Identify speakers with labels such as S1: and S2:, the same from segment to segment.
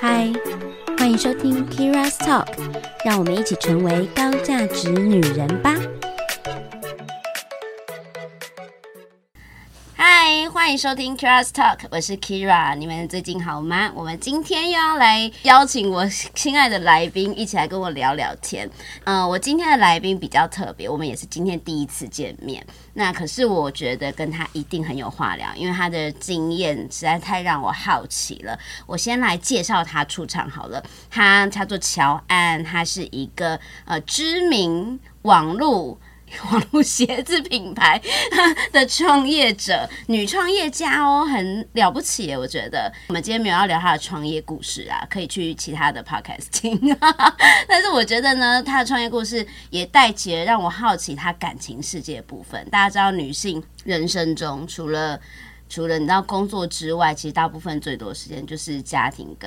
S1: 嗨，欢迎收听 Kira's Talk，让我们一起成为高价值女人吧。
S2: 嗨，欢迎收听 Kira's Talk，我是 Kira，你们最近好吗？我们今天又要来邀请我亲爱的来宾一起来跟我聊聊天。嗯、我今天的来宾比较特别，我们也是今天第一次见面。那可是我觉得跟他一定很有话聊，因为他的经验实在太让我好奇了。我先来介绍他出场好了，他叫做乔安，他是一个呃知名网络。网络鞋子品牌 的创业者，女创业家哦，很了不起耶！我觉得我们今天没有要聊她的创业故事啊，可以去其他的 podcast 听。啊 但是我觉得呢，她的创业故事也带起了让我好奇她感情世界的部分。大家知道，女性人生中除了除了你知道工作之外，其实大部分最多的时间就是家庭跟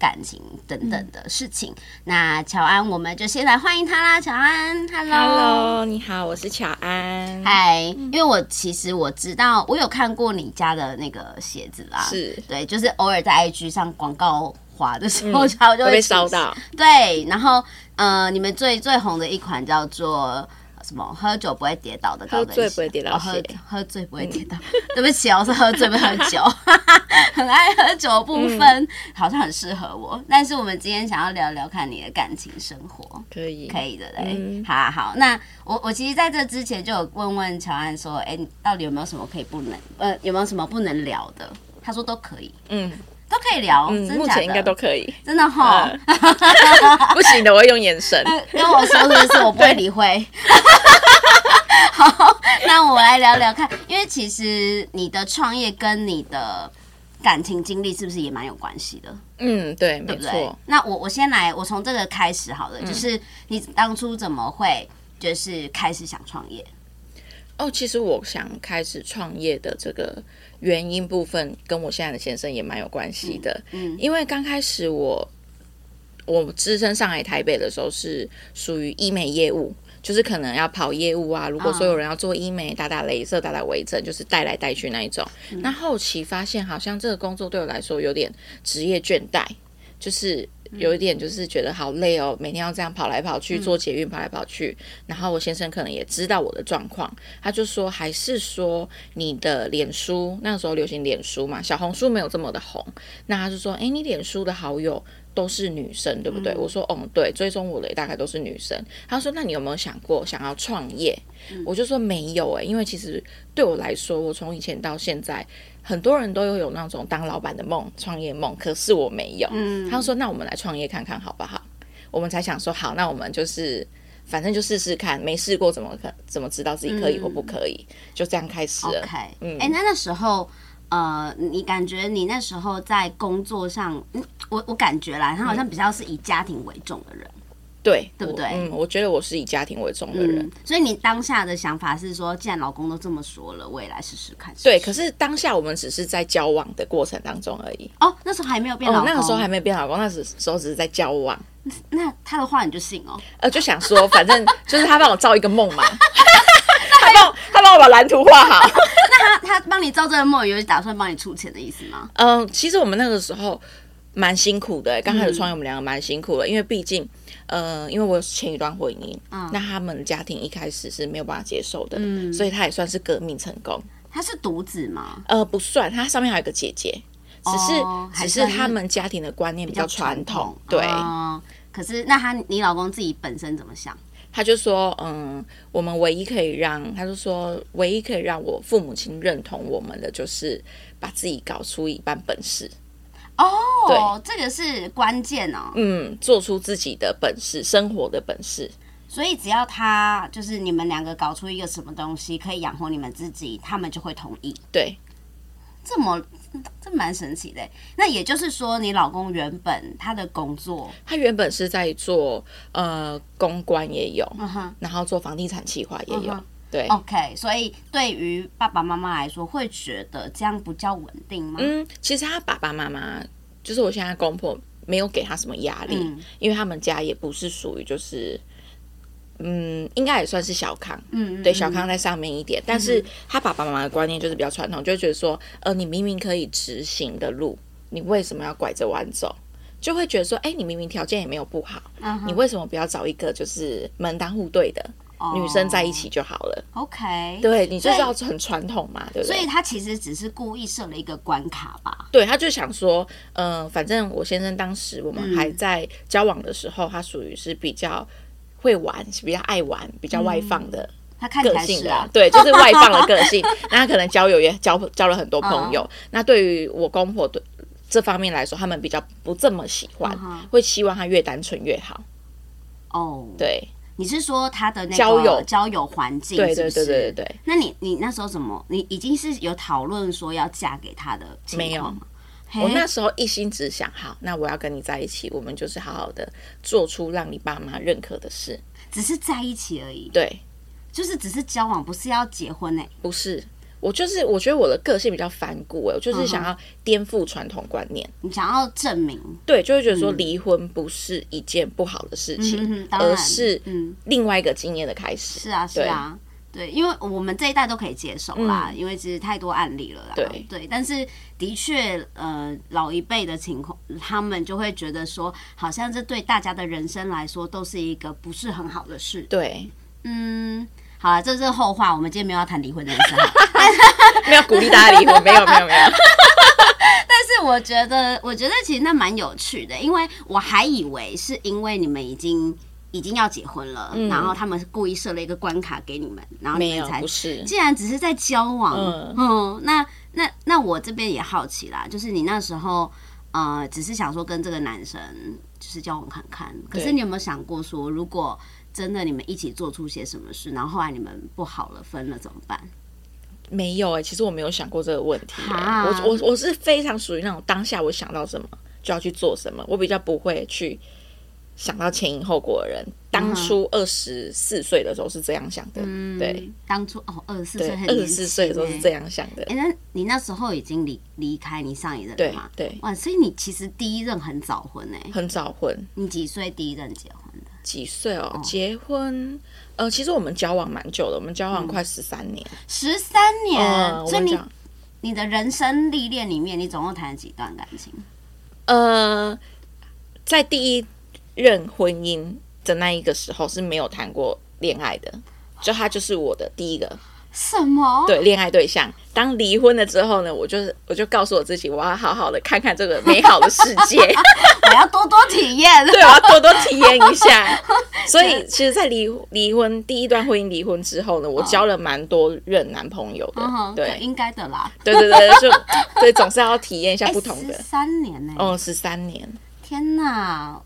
S2: 感情等等的事情。那乔安，我们就先来欢迎她啦，乔安
S3: Hello，你好，我是乔安。
S2: 嗨，哎因为我其实我知道，我有看过你家的那个鞋子啦，
S3: 是
S2: 对，就是偶尔在 IG 上广告滑的时候，然后就
S3: 嗯会
S2: 会
S3: 被
S2: 出
S3: 烧
S2: 现。
S3: 到，
S2: 对，然后呃，你们最最红的一款叫做。什么？喝酒不会跌倒的高跟鞋，
S3: 喝醉不会跌倒
S2: 哦
S3: 鞋嗯
S2: 喝喝醉不会跌倒。 对不起哦，我是喝醉不喝 酒，很爱喝酒的部分、
S3: 嗯
S2: 好像很适合我。但是我们今天想要聊聊看你的感情生活。
S3: 可以，
S2: 可以的嘞。
S3: 嗯
S2: 好啊，好，那我我其实在这之前就有问问乔安说，哎、你到底有没有什么可以不能呃有没有什么不能聊的？他说都可以，
S3: 嗯
S2: 都可以聊，
S3: 嗯，
S2: 哦真
S3: 目
S2: 假的？哦
S3: 前应该都可以。
S2: 真的哈、
S3: 嗯 不行的，我会用眼 神。
S2: 跟我说的是我不 会理会。 好，那我来聊聊看，因为其实你的创业跟你的感情经历是不是也蛮有关系的？
S3: 嗯，对，
S2: 对
S3: 没
S2: 不对
S3: 错。？嗯
S2: 那我我先来，我从这个开始好了，就是你当初怎么会就是开始想创业？
S3: 哦，其实我想开始创业的这个原因部分，跟我现在的先生也蛮有关系的。
S2: 嗯
S3: 因为刚开始我我自身上来台北的时候是属于医美业务，就是可能要跑业务啊。如果说有人要做医美，打打镭射、打打微整，就是带来带去那一种。那后期发现，好像这个工作对我来说有点职业倦怠，就是。有一点就是觉得好累哦，每天要这样跑来跑去，做捷运跑来跑去。然后我先生可能也知道我的状况，他就说还是说你的脸书那时候流行脸书嘛，小红书没有这么的红，那他就说：“哎、你脸书的好友都是女生，对不对？”我说：“嗯，对，追踪我的也大概都是女生。”他说：“那你有没有想过想要创业？”
S2: 嗯
S3: 我就说：“没有哎、因为其实对我来说，我从以前到现在，很多人都有有那种当老板的梦、创业梦，可是我没有。”
S2: 嗯
S3: 他就说：“那我们来创业看看好不好？”我们才想说好，那我们就是。反正就试试看，没试过怎么可怎么知道自己可以或不可以？就这样开始了。
S2: 嗯 OK，哎、
S3: 嗯
S2: 那那时候，呃，你感觉你那时候在工作上，嗯，我我感觉啦，他好像
S3: 嗯
S2: 比较是以家庭为重的人，
S3: 对，
S2: 对不
S3: 我
S2: 对
S3: 嗯，我觉得我是以家庭为重的人
S2: 嗯。，所以你当下的想法是说，既然老公都这么说了，我也来试试看
S3: 对，可是当下我们只是在交往的过程当中而已。
S2: 哦，那时候还没有变老
S3: 哦，
S2: 公，
S3: 那个时候还没变老公，那时时候只是在交往。
S2: 那他的话你就信哦，
S3: 呃，就想说，反正就是他帮我造一个梦嘛，他帮我他帮我把蓝图画好。
S2: 那他帮你造这个梦，有打算帮你出钱的意思吗？
S3: 嗯，其实我们那个时候蛮辛苦的、欸刚开始创业我们两个蛮辛苦的，因为毕竟，呃，因为我有前一段婚姻，那他们家庭一开始是没有办法接受的，所以他也算是革命成功。
S2: 他是独子吗？
S3: 呃，不算，他上面还有一个姐姐，只是、
S2: 哦还
S3: 只是
S2: 算是
S3: 他们家庭的观念比较传统，对。
S2: 哦可是那他你老公自己本身怎么想？
S3: 他就说，嗯，我们唯一可以让，他就说，唯一可以让我父母亲认同我们的，就是把自己搞出一半本事，
S2: 哦，这个是关键哦。
S3: 嗯，做出自己的本事，生活的本事，
S2: 所以只要他就是你们两个搞出一个什么东西可以养活你们自己，他们就会同意。
S3: 对，
S2: 这么这蛮神奇的。欸那也就是说，你老公原本他的工作，
S3: 他原本是在做呃公关也有，
S2: 嗯哼
S3: 然后做房地产企划也
S2: 嗯
S3: 有，
S2: 哼
S3: 对，
S2: ，OK，所以对于爸爸妈妈来说，会觉得这样不叫稳定吗？
S3: 嗯，其实他爸爸妈妈，就是我现在公婆，没有给他什么压力，
S2: 嗯
S3: 因为他们家也不是属于就是嗯，应该也算是小康，
S2: 嗯，
S3: 对，小康在上面一点，但是他爸爸妈妈的观念就是比较传统，就会觉得说，呃，你明明可以直行的路，你为什么要拐着弯走？就会觉得说，哎、你明明条件也没有不好，
S2: 嗯哼
S3: 你为什么不要找一个就是门当户对的、女生在一起就好了？
S2: 哦，OK，，
S3: 对你就
S2: 哦所
S3: 是
S2: 以
S3: 要很传统嘛，对不
S2: 所
S3: 对
S2: 以？他其实只是故意设了一个关卡吧，
S3: 对，他就想说，呃，反正我先生当时我
S2: 嗯
S3: 们还在交往的时候，他属于是比较会玩、比较爱玩、比较外放的
S2: 他看起
S3: 个
S2: 来
S3: 性
S2: 是
S3: 啦
S2: 啊，，
S3: 对，就是外放的个性。 那他可能交友也交交了很多朋友。
S2: 嗯
S3: 那对于我公婆对这方面来说，他们比较不这么喜欢
S2: 嗯哼
S3: 会希望他越单纯越好。
S2: 哦，，
S3: 对，
S2: 你是说他的那个
S3: 交友
S2: 交友环境
S3: 对
S2: 是不
S3: 对
S2: 是
S3: 对对对对，
S2: 那你你那时候怎么？你已经是有讨论说要嫁给他的情
S3: 没有
S2: 况吗？
S3: 我
S2: 嘿
S3: 那时候一心只想，好，那我要跟你在一起，我们就是好好的做出让你爸妈认可的事。
S2: 只是在一起而已，
S3: 对，
S2: 就是只是交往，不是要结婚欸呢、
S3: 不是。我就是，我觉得我的个性比较反骨、欸，我
S2: 嗯
S3: 就是想要颠覆传统观念，
S2: 你想要证明，
S3: 对，就会觉得说离婚不是一件不好的事情，
S2: 嗯哼，当然
S3: 而是
S2: 嗯，
S3: 另外一个经验的开始。
S2: 是啊，是
S3: 对嗯
S2: 啊。对，因为我们这一代都可以接受啦，因为其实太多案例了啦。
S3: 对
S2: 但是的确，呃，老一辈的情况，他们就会觉得说，好像这对大家的人生来说都是一个不是很好的事。
S3: 对，
S2: 嗯，好了，这是后话，我们今天没有要谈离婚这件事哈。
S3: 没有鼓励大家离婚，没 有没有没有。
S2: 但是我觉得，我觉得其实那蛮有趣的，因为我还以为是因为你们已经已经要结婚了，
S3: 嗯
S2: 然后他们故意设了一个关卡给你们，然后
S3: 没
S2: 你
S3: 有
S2: 们，才
S3: 不是。
S2: 竟然只是在交往，嗯
S3: 嗯
S2: 那那那我这边也好奇啦，就是你那时候呃，只是想说跟这个男生就是交往看看，可是
S3: 对
S2: 你有没有想过说，如果真的你们一起做出些什么事，然后后来你们不好了，分了怎么办？
S3: 没有哎、其实我没有想过这个问题欸、
S2: 哈
S3: 我我我是非常属于那种当下我想到什么就要去做什么，我比较不会去想到前因后果的人。当初二十四岁的时候是这样想的，对
S2: 嗯，当初哦，二十四
S3: 对
S2: 岁，很
S3: 二
S2: 年
S3: 十四岁的时候是
S2: 轻欸
S3: 这样想的
S2: 哎、，那你那时候已经离离开你上一任了
S3: 对
S2: 吗？
S3: 对，
S2: 哇，所以你其实第一任很早婚哎、
S3: 很早婚，
S2: 你几岁第一任结婚的？
S3: 几岁哦？结婚，呃，其实我们交往蛮久的，我们交往快十三年，
S2: 十三年，
S3: 嗯，我
S2: 所以
S3: 们
S2: 你
S3: 讲
S2: 你的人生历练里面，你总共谈了几段感情？
S3: 呃，在第一任婚姻的那一个时候是没有谈过恋爱的，就他就是我的第一个
S2: 什么？
S3: 对恋爱对象。当离婚了之后呢，我就是我就告诉我自己，我要好好的看看这个美好的世 界，
S2: 我要多多体验。
S3: 对，我要多多体验一 下。所以，其实，在离离婚第一段婚姻离婚之后呢，我交了蛮多任男朋友的
S2: 嗯哼，，对，
S3: 对，
S2: 应该的啦。
S3: 对对对，就 对，总是要体验一下不同的
S2: 十。哎三年呢、
S3: 哦，十三年，
S2: 天哪！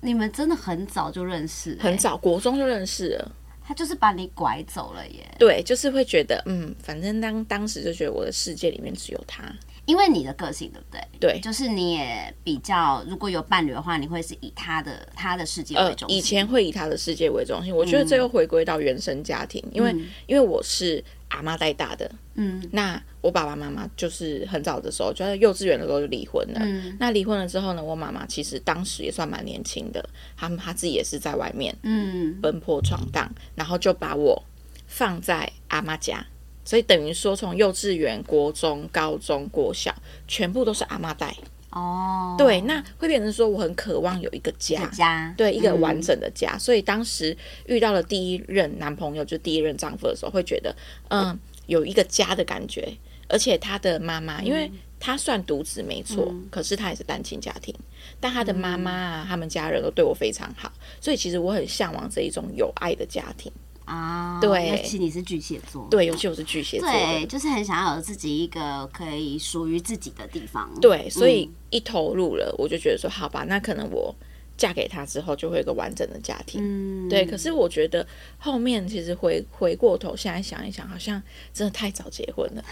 S2: 你们真的很早就认识、欸，
S3: 很。早，国中就认识了。
S2: 他就是把你拐走了耶，
S3: 对，就是会觉得，嗯，反正当当时就觉得我的世界里面只有他。
S2: 因为你的个性对不对？
S3: 对，
S2: 就是你也比较，如果有伴侣的话，你会是以他的他的世界为
S3: 呃，
S2: 中心。嗯
S3: 以前会以他的世界为中心，我觉得这又回归到原生家庭，因为因为我是阿妈带大的，
S2: 嗯
S3: 那我爸爸妈妈就是很早的时候，就在幼稚园的时候就离婚了。
S2: 嗯
S3: 那离婚了之后呢，我妈妈其实当时也算蛮年轻的，他们她自己也是在外面
S2: 嗯，
S3: 奔波闯荡，然后就把我放在阿妈家，所以等于说从幼稚园、国中、高中、国小，全部都是阿妈带。
S2: 哦，
S3: 对，那会变成说我很渴望有一个家，
S2: 一个家，
S3: 对一个
S2: 嗯
S3: 完整的家。所以当时遇到了第一任男朋友，就第一任丈夫的时候，会觉得嗯有一个家的感觉，而且他的妈
S2: 嗯
S3: 妈，因为他算独子没错，可是他也是单亲家庭，但他的
S2: 嗯
S3: 妈妈啊，他们家人都对我非常好，所以其实我很向往这一种有爱的家庭。
S2: 啊，
S3: 对
S2: 尤其你是巨蟹座，
S3: 对，尤其我是巨蟹座
S2: 对，
S3: 的，
S2: 就是很想要有自己一个可以属于自己的地方。
S3: 对，所以
S2: 嗯
S3: 一投入了，我就觉得说好吧，那可能我嫁给他之后就会有一个完整的家庭。
S2: 嗯，
S3: 对，可是我觉得后面其实回回过头，现在想一想，好像真的太早结婚了。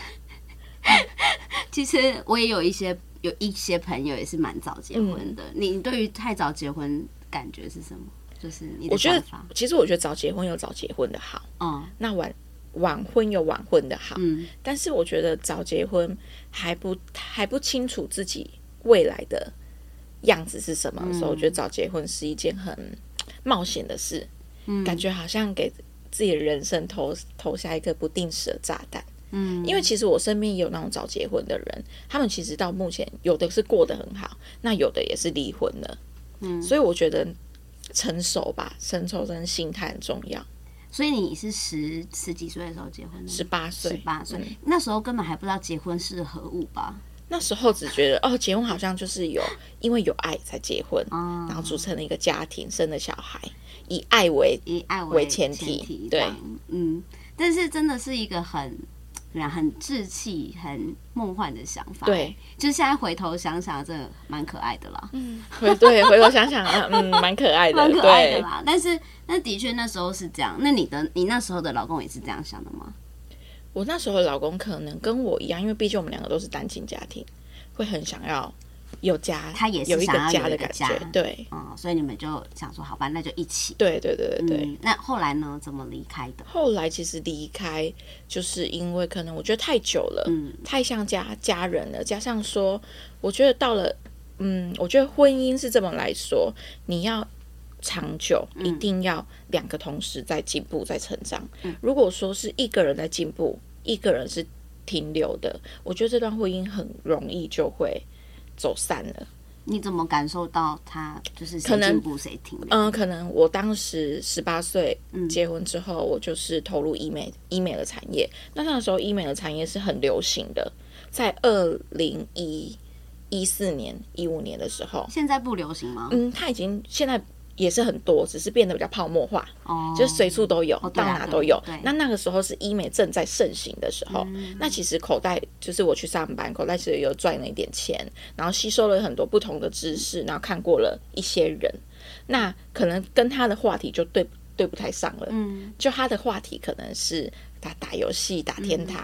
S2: 其实我也有一些有一些朋友也是蛮早结婚的。你你对于太早结婚感觉是什么？就是你的
S3: 我觉
S2: 想
S3: 得
S2: 法？，
S3: 其实我觉得早结婚有早结婚的好，
S2: 嗯
S3: 那晚晚婚有晚婚的好。
S2: 嗯
S3: 但是我觉得早结婚还不还不清楚自己未来的
S2: 嗯
S3: 样子是什么的时候，我觉得早结婚是一件很冒险的事。
S2: 嗯
S3: 感觉好像给自己的人生投投下一个不定时的炸弹。
S2: 嗯，
S3: 因为其实我身边也有那种早结婚的人，他们其实到目前有的是过得很好，那有的也是离婚了。
S2: 嗯
S3: 所以我觉得成熟吧，成熟跟心态很重要。
S2: 所以你是十十几岁的时候结婚的吗？
S3: 十八岁，
S2: 十八岁
S3: 嗯，
S2: 那时候根本还不知道结婚是何物吧？
S3: 那时候只觉得哦，结婚好像就是有因为有爱才结婚，
S2: 啊、
S3: 然后组成了一个家庭，生了小孩，以爱为
S2: 以爱
S3: 为
S2: 前
S3: 前提对
S2: 这样，嗯，但是真的是一个很。很稚气、很梦幻的想法，，
S3: 对，
S2: 就是现在回头想想，真的蛮可爱的啦，
S3: 回对回头想想，啊嗯，蛮可爱 的，
S2: 蛮可爱的
S3: 对
S2: 啦。但是，那的确那时候是这样。那你的，你那时候的老公也是这样想的吗？
S3: 我那时候的老公可能跟我一样，因为毕竟我们两个都是单亲家庭，会很想要有家，
S2: 他也是
S3: 有一个
S2: 想要有
S3: 家
S2: 一
S3: 的
S2: 个
S3: 感
S2: 家
S3: 觉，对，
S2: 嗯，所以你们就想说，好吧，那就一起。
S3: 对对对对对。
S2: 嗯，那后来呢？怎么离开的？
S3: 后来其实离开，就是因为可能我觉得太久了，
S2: 嗯
S3: 太像家家人了，加上说，我觉得到了，嗯，我觉得婚姻是这么来说，你要长久，
S2: 嗯
S3: 一定要两个同时在进步，在成长。如果说是一个人在进步，一个人是停留的，我觉得这段婚姻很容易就会走散了。
S2: 你怎么感受到他就是
S3: 可
S2: 谁
S3: 能
S2: 进步谁停留？
S3: 嗯，可能我当时十八岁
S2: 嗯
S3: 结婚之后，我就是投入医美医美的产业。那那时候医美的产业是很流行的，在二零一一四年、一五年的时候，
S2: 现在不流行吗？
S3: 嗯，它已经现在也是很多，只是变得比较泡沫化，
S2: 哦，
S3: 就是随处都有，
S2: 哦对
S3: 到
S2: 啊
S3: 哪
S2: 对
S3: 都有
S2: 对。嗯
S3: 那那个时候是医美正在盛行的时候，那其实口袋就是我去上班，口袋其实有赚了一点钱，然后吸收了很多不同的知识，然后看过了一些人，那可能跟他的话题就对对不太上了。
S2: 嗯
S3: 就他的话题可能是打打游戏、打
S2: 嗯
S3: 天堂，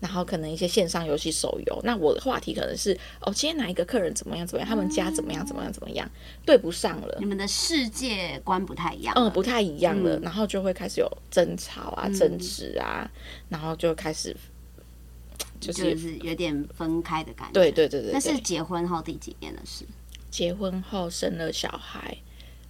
S3: 然后可能一些线上游戏、手游。那我的话题可能是哦，今天哪一个客人怎么样怎么样，他们家怎么样怎么样怎么样，对不上了
S2: 你。们的世界观不太一样了。
S3: 嗯，不太一样了，
S2: 嗯
S3: 然后就会开始有争吵啊、争执啊，然后就开始就是
S2: 就是有点分开的感觉。
S3: 对对对对
S2: 那是
S3: 对，
S2: 结婚后第几年的事？
S3: 结婚后生了小孩，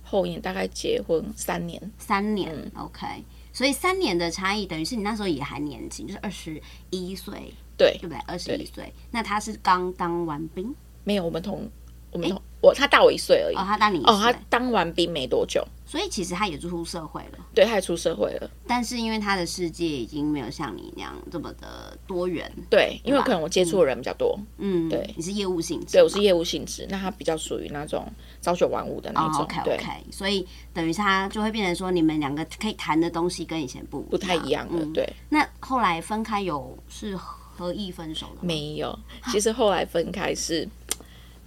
S3: 后年大概结婚三年，
S2: 三年、o
S3: 嗯
S2: k 所以三年的差异，等于是你那时候也还年轻，就是二十一岁，
S3: 对
S2: 对，不对？二十一岁，那他是刚当完兵，
S3: 没有我们同我们同、我他大我一岁而已，
S2: 哦，他大你一岁，
S3: 哦，他当完兵没多久，
S2: 所以其实他也出社会了，
S3: 对，他也出社会了。
S2: 但是因为他的世界已经没有像你那样这么的多元，
S3: 对，因为
S2: 吧
S3: 可能我接触的人比较多，
S2: 嗯，
S3: 对
S2: 你是业务性质嘛，
S3: 对我是业务性质，那他比较属于那种朝九晚五的那
S2: 哦
S3: 种，
S2: ，OK
S3: 对
S2: OK，所以等于是他就会变成说，你们两个可以谈的东西跟以前不
S3: 不太一样了，
S2: 嗯。
S3: 对，
S2: 那后来分开有是合意分手的吗？
S3: 没有。其实后来分开是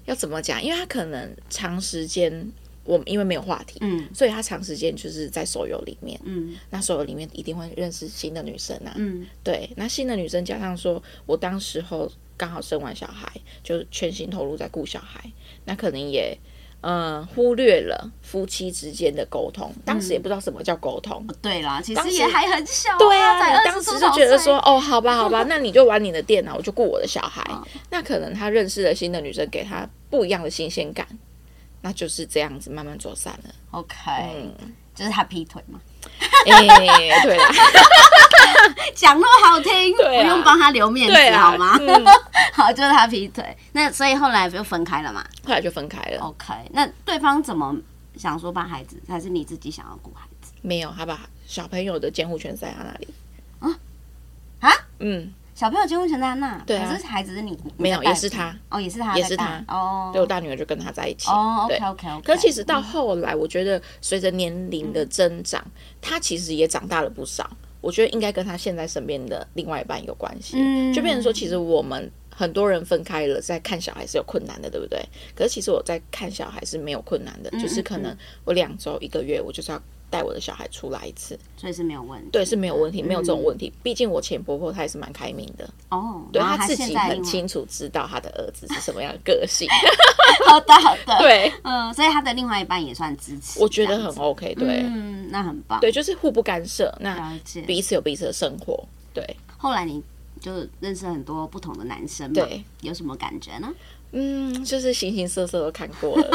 S3: 要怎么讲？因为他可能长时间我因为没有话题，
S2: 嗯
S3: 所以他长时间就是在手游里面，
S2: 嗯
S3: 那手游里面一定会认识新的女生啊，
S2: 嗯
S3: 对，那新的女生加上说，我当时候刚好生完小孩，就全心投入在顾小孩，那可能也嗯、呃忽略了夫妻之间的沟通，当
S2: 嗯
S3: 时也不知道什么叫沟通。
S2: 对啦，其
S3: 当
S2: 实
S3: 时
S2: 也还很小、
S3: 对
S2: 啊，才
S3: 啊，
S2: 哦二
S3: 你
S2: 十
S3: 当时
S2: 出
S3: 就
S2: 头
S3: 觉得
S2: 岁
S3: 说，哦，好吧，好吧， 那你就玩你的电脑，我就顾我的小孩。
S2: 嗯
S3: 那可能他认识了新的女生，给他不一样的新鲜感，那就是这样子慢慢走散了。
S2: OK，、
S3: 嗯，
S2: 就是他劈腿嘛，
S3: 哎、对啦，
S2: 讲那么好听，
S3: 对啊
S2: 不用帮他留面
S3: 对
S2: 子
S3: 啦，
S2: 好吗？
S3: 嗯，
S2: 好，就是他劈腿，那所以后来就分开了嘛。
S3: 后来就分开了。
S2: OK，那对方怎么想说帮孩子，还是你自己想要顾孩子？
S3: 没有，他把小朋友的监护权在他那里。
S2: 啊？
S3: 嗯，
S2: 小朋友监护权在他那，
S3: 对啊
S2: 可是孩子是你你
S3: 没有
S2: 在带
S3: 也是他，
S2: 哦，也是他在带，
S3: 也是他
S2: 哦，
S3: 对我大女儿就跟他在一起。
S2: 哦
S3: 对
S2: ，OK OK OK。
S3: 可是其实到后来，我觉得随着年龄的增长，他其实也长大了不少。我觉得应该跟他现在身边的另外一半有关系，
S2: 嗯
S3: 就变成说，其实我们很多人分开了，在看小孩是有困难的，对不对？可是其实我在看小孩是没有困难的，
S2: 嗯
S3: 就是可能我两周一个月，我就是要带我的小孩出来一次，
S2: 所以是没有问题，
S3: 对，是没有问题，没有这
S2: 嗯
S3: 种问题。毕竟我前婆婆她也是蛮开明的，
S2: 哦，
S3: 对
S2: 然后
S3: 她自
S2: 现
S3: 己
S2: 在
S3: 很
S2: 因为，
S3: 清楚知道她的儿子是什么样的个性，
S2: 好的好的，，
S3: 对，
S2: 哦嗯，所以他的另外一半也算支持，
S3: 我觉得
S2: 这样
S3: 很
S2: 子
S3: OK，对、啊
S2: 嗯，那很棒，
S3: 对，就是互不干涉，那
S2: 了解。
S3: 彼此有彼此的生活，对，
S2: 后来你就认识很多不同的男生嘛，
S3: 对，
S2: 有什么感觉呢？
S3: 嗯，就是形形色色都看 过了，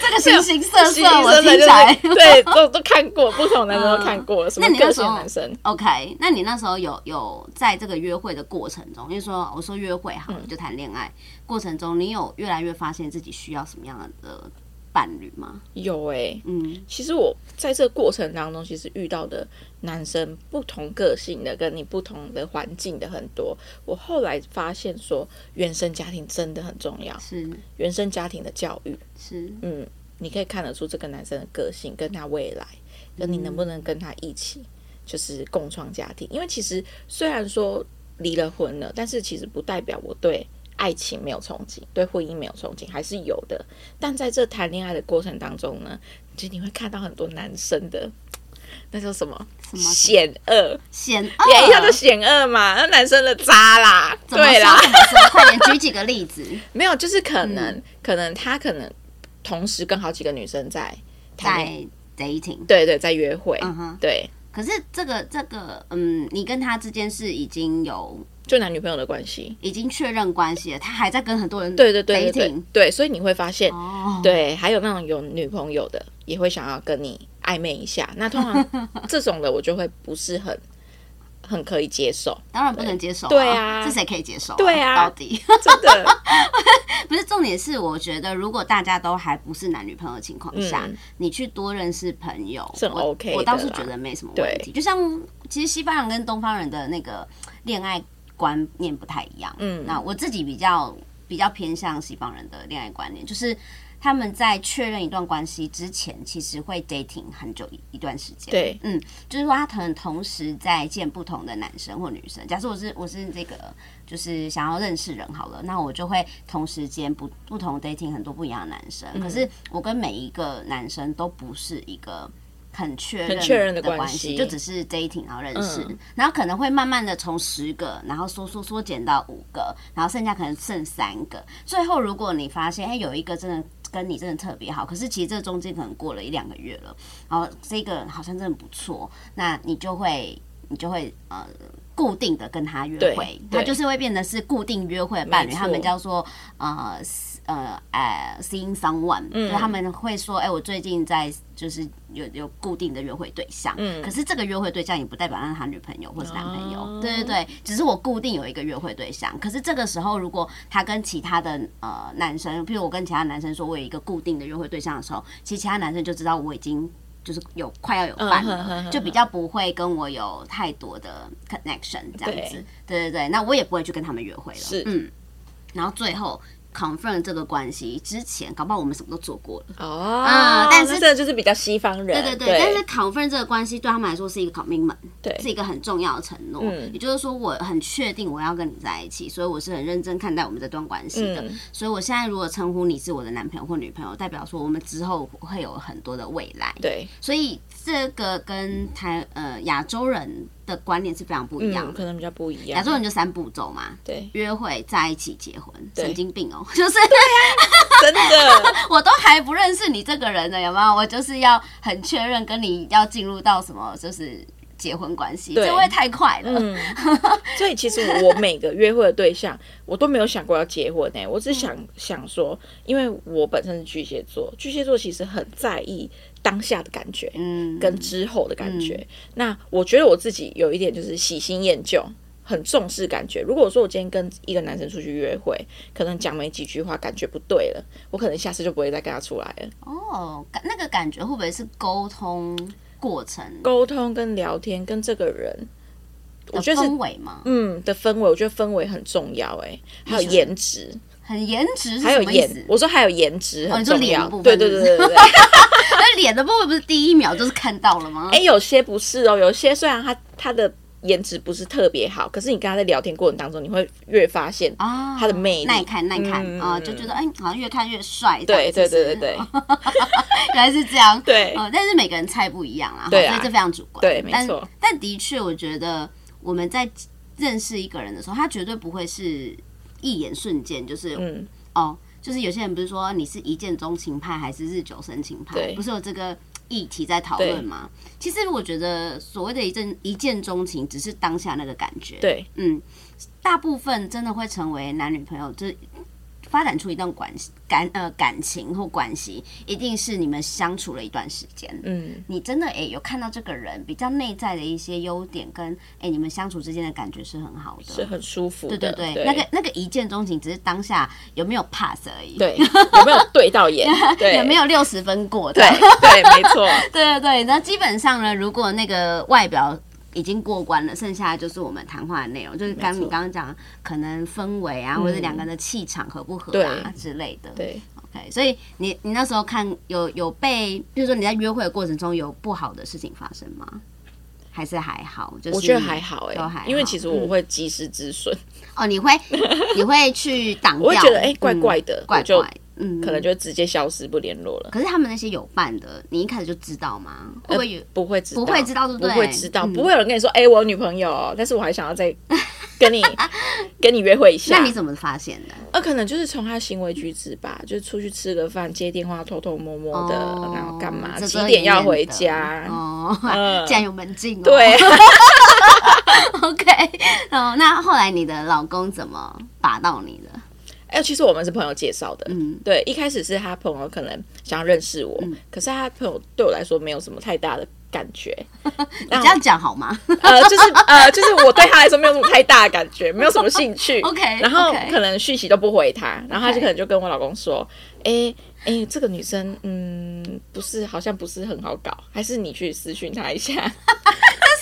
S2: 这个形形色
S3: 形形
S2: 色，我
S3: 色
S2: 听
S3: 色
S2: 起
S3: 就是
S2: 来嗯
S3: 对，都都看过，不同男生都看过了，什
S2: 那
S3: 么
S2: 你那
S3: 个
S2: 时
S3: 性的
S2: 候
S3: 男生，
S2: OK，那你那时候有有在这个约会的过程中，因为说哦我说约会好
S3: 嗯
S2: 了，就谈恋爱、过程中，你有越来越发现自己需要什么样的伴侣吗？
S3: 有哎、
S2: 嗯，
S3: 其实我在这个过程当中，其实遇到的男生不同个性的，跟你不同的环境的很多。我后来发现说，原生家庭真的很重要，
S2: 是
S3: 原生家庭的教育，
S2: 是，
S3: 嗯，你可以看得出这个男生的个性，跟他未来，
S2: 嗯
S3: 跟你能不能跟他一起，就是共创家庭。因为其实虽然说离了婚了，但是其实不代表我对爱情没有憧憬，对婚姻没有憧憬，还是有的。但在这谈恋爱的过程当中呢，就你会看到很多男生的。那叫什么？
S2: 什么
S3: 险恶？
S2: 险
S3: 也一样
S2: 恶
S3: 就？险恶嘛。那男生的渣啦，
S2: 怎么
S3: 对
S2: 说？
S3: 啦，
S2: 哦怎么说？快点举几个例 子。
S3: 没有，就是可能，
S2: 嗯
S3: 可能他可能同时跟好几个女生在谈恋爱
S2: 在 dating。
S3: 对对，在约会，
S2: 嗯哼，
S3: 对，
S2: 可是这个这个，嗯，你跟他之间是已经有
S3: 就男女朋友的关系，
S2: 已经确认关系了，他还在跟很多人
S3: 对对对对对
S2: dating
S3: 对，所以你会发现，
S2: 哦，
S3: 对，还有那种有女朋友的也会想要跟你暧昧一下，那通常 这种的我就会不是很很可以接 受，
S2: 当然不能接受、啊，
S3: 对啊
S2: 这谁可以接受、
S3: 对啊
S2: 到底
S3: 真的，
S2: 不是重点是，我觉得如果大家都还不是啊男女朋友的情况下，
S3: 嗯
S2: 你去多认识朋友
S3: 是很
S2: 我
S3: OK
S2: 我倒
S3: 的
S2: 是
S3: 啦
S2: 觉得没什么问题。就像其实西方人跟东方人的那个恋爱观念不太一样，
S3: 嗯
S2: 那我自己比较比较偏向西方人的恋爱观念，就是。他们在确认一段关系之前，其实会 dating 很久一一段时间。
S3: 对，
S2: 嗯，就是说他可能同时在见不同的男生或女生。假设我是我是这个，就是想要认识人好了，那我就会同时间不不同 dating 很多不一样的男生。可
S3: 嗯
S2: 是我跟每一个男生都不是一个。很确认
S3: 很确认的
S2: 关
S3: 关系
S2: 就只是 dating 然后认识，
S3: 嗯
S2: 然后可能会慢慢的从十个，然后缩缩缩减到五个，然后剩下可能剩三个。最后如果你发现，哎，有一个真的跟你真的特别好，可是其实这中间可能过了一两个月了，然后这个好像真的不错，那你就会你就会呃固定的跟他约会
S3: 对，
S2: 他
S3: 对
S2: 就是会变得是固定约会的伴侣，
S3: 没错
S2: 他们叫做呃 s- 呃呃 seeing someone，、就是
S3: 嗯
S2: 他们会说，哎、我最近在就是有有固定的约会对象，
S3: 嗯
S2: 可是这个约会对象也不代表让他女朋友或是男朋友，
S3: 哦
S2: 对对对，只是我固定有一个约会对象，可是这个时候如果他跟其他的呃男生，譬如我跟其他男生说我有一个固定的约会对象的时候，其实其他男生就知道我已经。就是有快要有伴了，
S3: 嗯哼哼哼
S2: 就比较不会跟我有太多的 connection 这样子。对对对，那我也不会去跟他们约会了。
S3: 是
S2: 嗯。然后最后 confirm 这个关系之前，搞不好我们什么都做过了。
S3: 哦，
S2: 啊但是
S3: 那这就是比较西方人，
S2: 对对对，但是 confirm 这个关系对他们来说是一个 commitment，
S3: 对
S2: 是一个很重要的承诺。
S3: 嗯
S2: 也就是说，我很确定我要跟你在一起，所以我是很认真看待我们这段关系的。
S3: 嗯
S2: 所以我现在如果称呼你是我的男朋友或女朋友，代表说我们之后会有很多的未来。
S3: 对，
S2: 所以这个跟台呃亚洲人的观念是非常不一样
S3: 嗯，
S2: 的。
S3: 可能比较不一样，
S2: 亚洲人就三步骤嘛。，
S3: 对
S2: 约会在一起结婚，
S3: 对
S2: 神经病哦！ 就是
S3: 真的，
S2: 我都还不认识你这个人呢，有没有？我就是要很确认跟你要进入到什么，就是结婚关系，
S3: 对
S2: 这会太快了。
S3: 嗯，所以其实我每个约会的对象，我都没有想过要结婚哎、我只想、想说，因为我本身是巨蟹座，巨蟹座其实很在意当下的感觉
S2: 嗯，
S3: 跟之后的感觉。那我觉得我自己有一点就是喜新厌旧。很重视感觉。如果说我今天跟一个男生出去约会，可能讲没几句话，感觉不对了，我可能下次就不会再跟他出来了。
S2: 哦，感那个感觉会不会是沟通过程
S3: 沟通跟聊天跟这个人，我
S2: 的
S3: 觉得是
S2: 氛围吗？
S3: 嗯的氛围，我觉得氛围很重要哎、还有
S2: 你觉得
S3: 颜值，
S2: 很颜值是
S3: 还有
S2: 什么意
S3: 颜
S2: 思，？
S3: 我说还有颜值
S2: 哦你
S3: 很
S2: 说
S3: 重
S2: 脸
S3: 要
S2: 的部。
S3: 对
S2: 分
S3: 对对对对对。
S2: 那脸的部分不是第一秒就是看到了 吗？
S3: 哎，有些不是哦，有些虽然他他的颜值不是特别好，可是你跟他在聊天过程当中，你会越发现
S2: 啊
S3: 他的魅力。
S2: 耐看耐看
S3: 嗯
S2: 啊、就觉得哎、好像越看越帅。这
S3: 对
S2: 样是
S3: 对
S2: 不是哦
S3: 对对对，
S2: 原来是这样。
S3: 对
S2: 呃，但是每个人菜不一样啦，
S3: 对啊
S2: 所以这非常主观。
S3: 对没
S2: 但
S3: 错
S2: 但的确，我觉得我们在认识一个人的时候，他绝对不会是一眼瞬间，就是、
S3: 嗯，
S2: 哦，就是有些人不是说你是一见钟情派还是日久生情派，
S3: 对
S2: 不是有这个议题在讨论嘛。其实我觉得所谓的一见一见钟情，只是当下那个感觉。，
S3: 对，
S2: 嗯，大部分真的会成为男女朋友，就是发展出一段关系感呃感情或关系，一定是你们相处了一段时间。
S3: 嗯，
S2: 你真的诶、有看到这个人比较内在的一些优点，跟诶、你们相处之间的感觉是很好的，
S3: 是很舒服的。
S2: 哦对对对，
S3: 对，
S2: 那个那个一见钟情，只是当下有没有 pass 而已，
S3: 对有没有对到眼？对，
S2: 有没有六十分过的
S3: 对？对，没错，
S2: 对对对，那基本上呢，如果那个外表已经过关了，剩下的就是我们谈话的内容，就是刚
S3: 没
S2: 你
S3: 错
S2: 刚刚讲可能氛围啊，或者两个人的气场合不合啊
S3: 对
S2: 之类的。
S3: 对，
S2: OK，所以你你那时候看有有被，比如说你在约会的过程中有不好的事情发生吗？还是还好？就是
S3: 我觉得还好
S2: 都还
S3: 哎
S2: 好，嗯
S3: 因为其实我会及时止损，
S2: 哦，你会 你会去挡掉，
S3: 我会觉得哎怪
S2: 嗯
S3: 怪的，
S2: 怪
S3: 我就
S2: 怪，嗯，
S3: 可能就直接消失不联络了。
S2: 可是他们那些有伴的，你一开始就知道吗？会
S3: 呃
S2: 不会有？
S3: 不会知道，
S2: 不会知道对不对
S3: 不会知道，
S2: 嗯
S3: 不会有人跟你说，哎，我有女朋友哦，但是我还想要再 跟你跟你约会一下。
S2: 那你怎么发现的？
S3: 呃，可能就是从他行为举止吧，就是出去吃个饭、接电话、偷偷摸摸的，
S2: 哦
S3: 然后干嘛？
S2: 遮遮
S3: 几点要回
S2: 掩
S3: 家
S2: 掩的？哦，
S3: 嗯
S2: 竟然有门禁哦。
S3: 对，
S2: ，OK。哦， 那后来你的老公怎么把到你的？
S3: 哎，其实我们是朋友介绍的，
S2: 嗯，
S3: 对，一开始是他朋友可能想要认识我，可是他朋友对我来说没有什么太大的感觉。
S2: 你这
S3: 然后
S2: 样讲好 吗？
S3: 呃，就是呃，就是我对他来说没有什么太大的感觉，没有什么 兴趣。
S2: OK，
S3: 然后
S2: OK
S3: 可能讯息都不回他，然后他
S2: OK
S3: 就可能就跟我老公说，哎哎、这个女生嗯不是，好像不是很好搞，还是你去私讯她一下。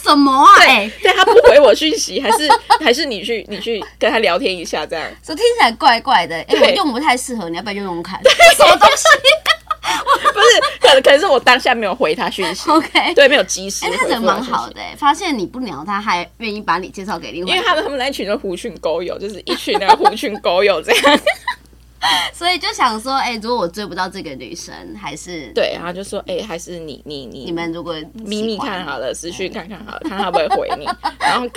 S2: 什么啊？哎，
S3: 对他不回我讯息，还是 还是你去你去跟他聊天一下这样。
S2: 这听起来怪怪的。哎，
S3: 对
S2: 我用不太适合，你要不要用用看？ 什么东西
S3: 不是，可能可能是我当下没有回他讯息，
S2: ？OK。
S3: 对，没有及时
S2: 哎，
S3: 回
S2: 他
S3: 复他讯息。
S2: 人蛮好的，哎发现你不鸟他，还愿意把你介绍给另
S3: 因
S2: 外一
S3: 为
S2: 个
S3: 他们他们那一群是狐群狗友，就是一群那个狐群狗友这 样。
S2: 所以就想说，哎，如果我追不到这个女生，还是
S3: 对，然后就说，哎、还是你你你
S2: 你们如果
S3: 咪咪
S2: 喜欢
S3: 看啊好了，私讯看看好了，看他会不会回 你。然后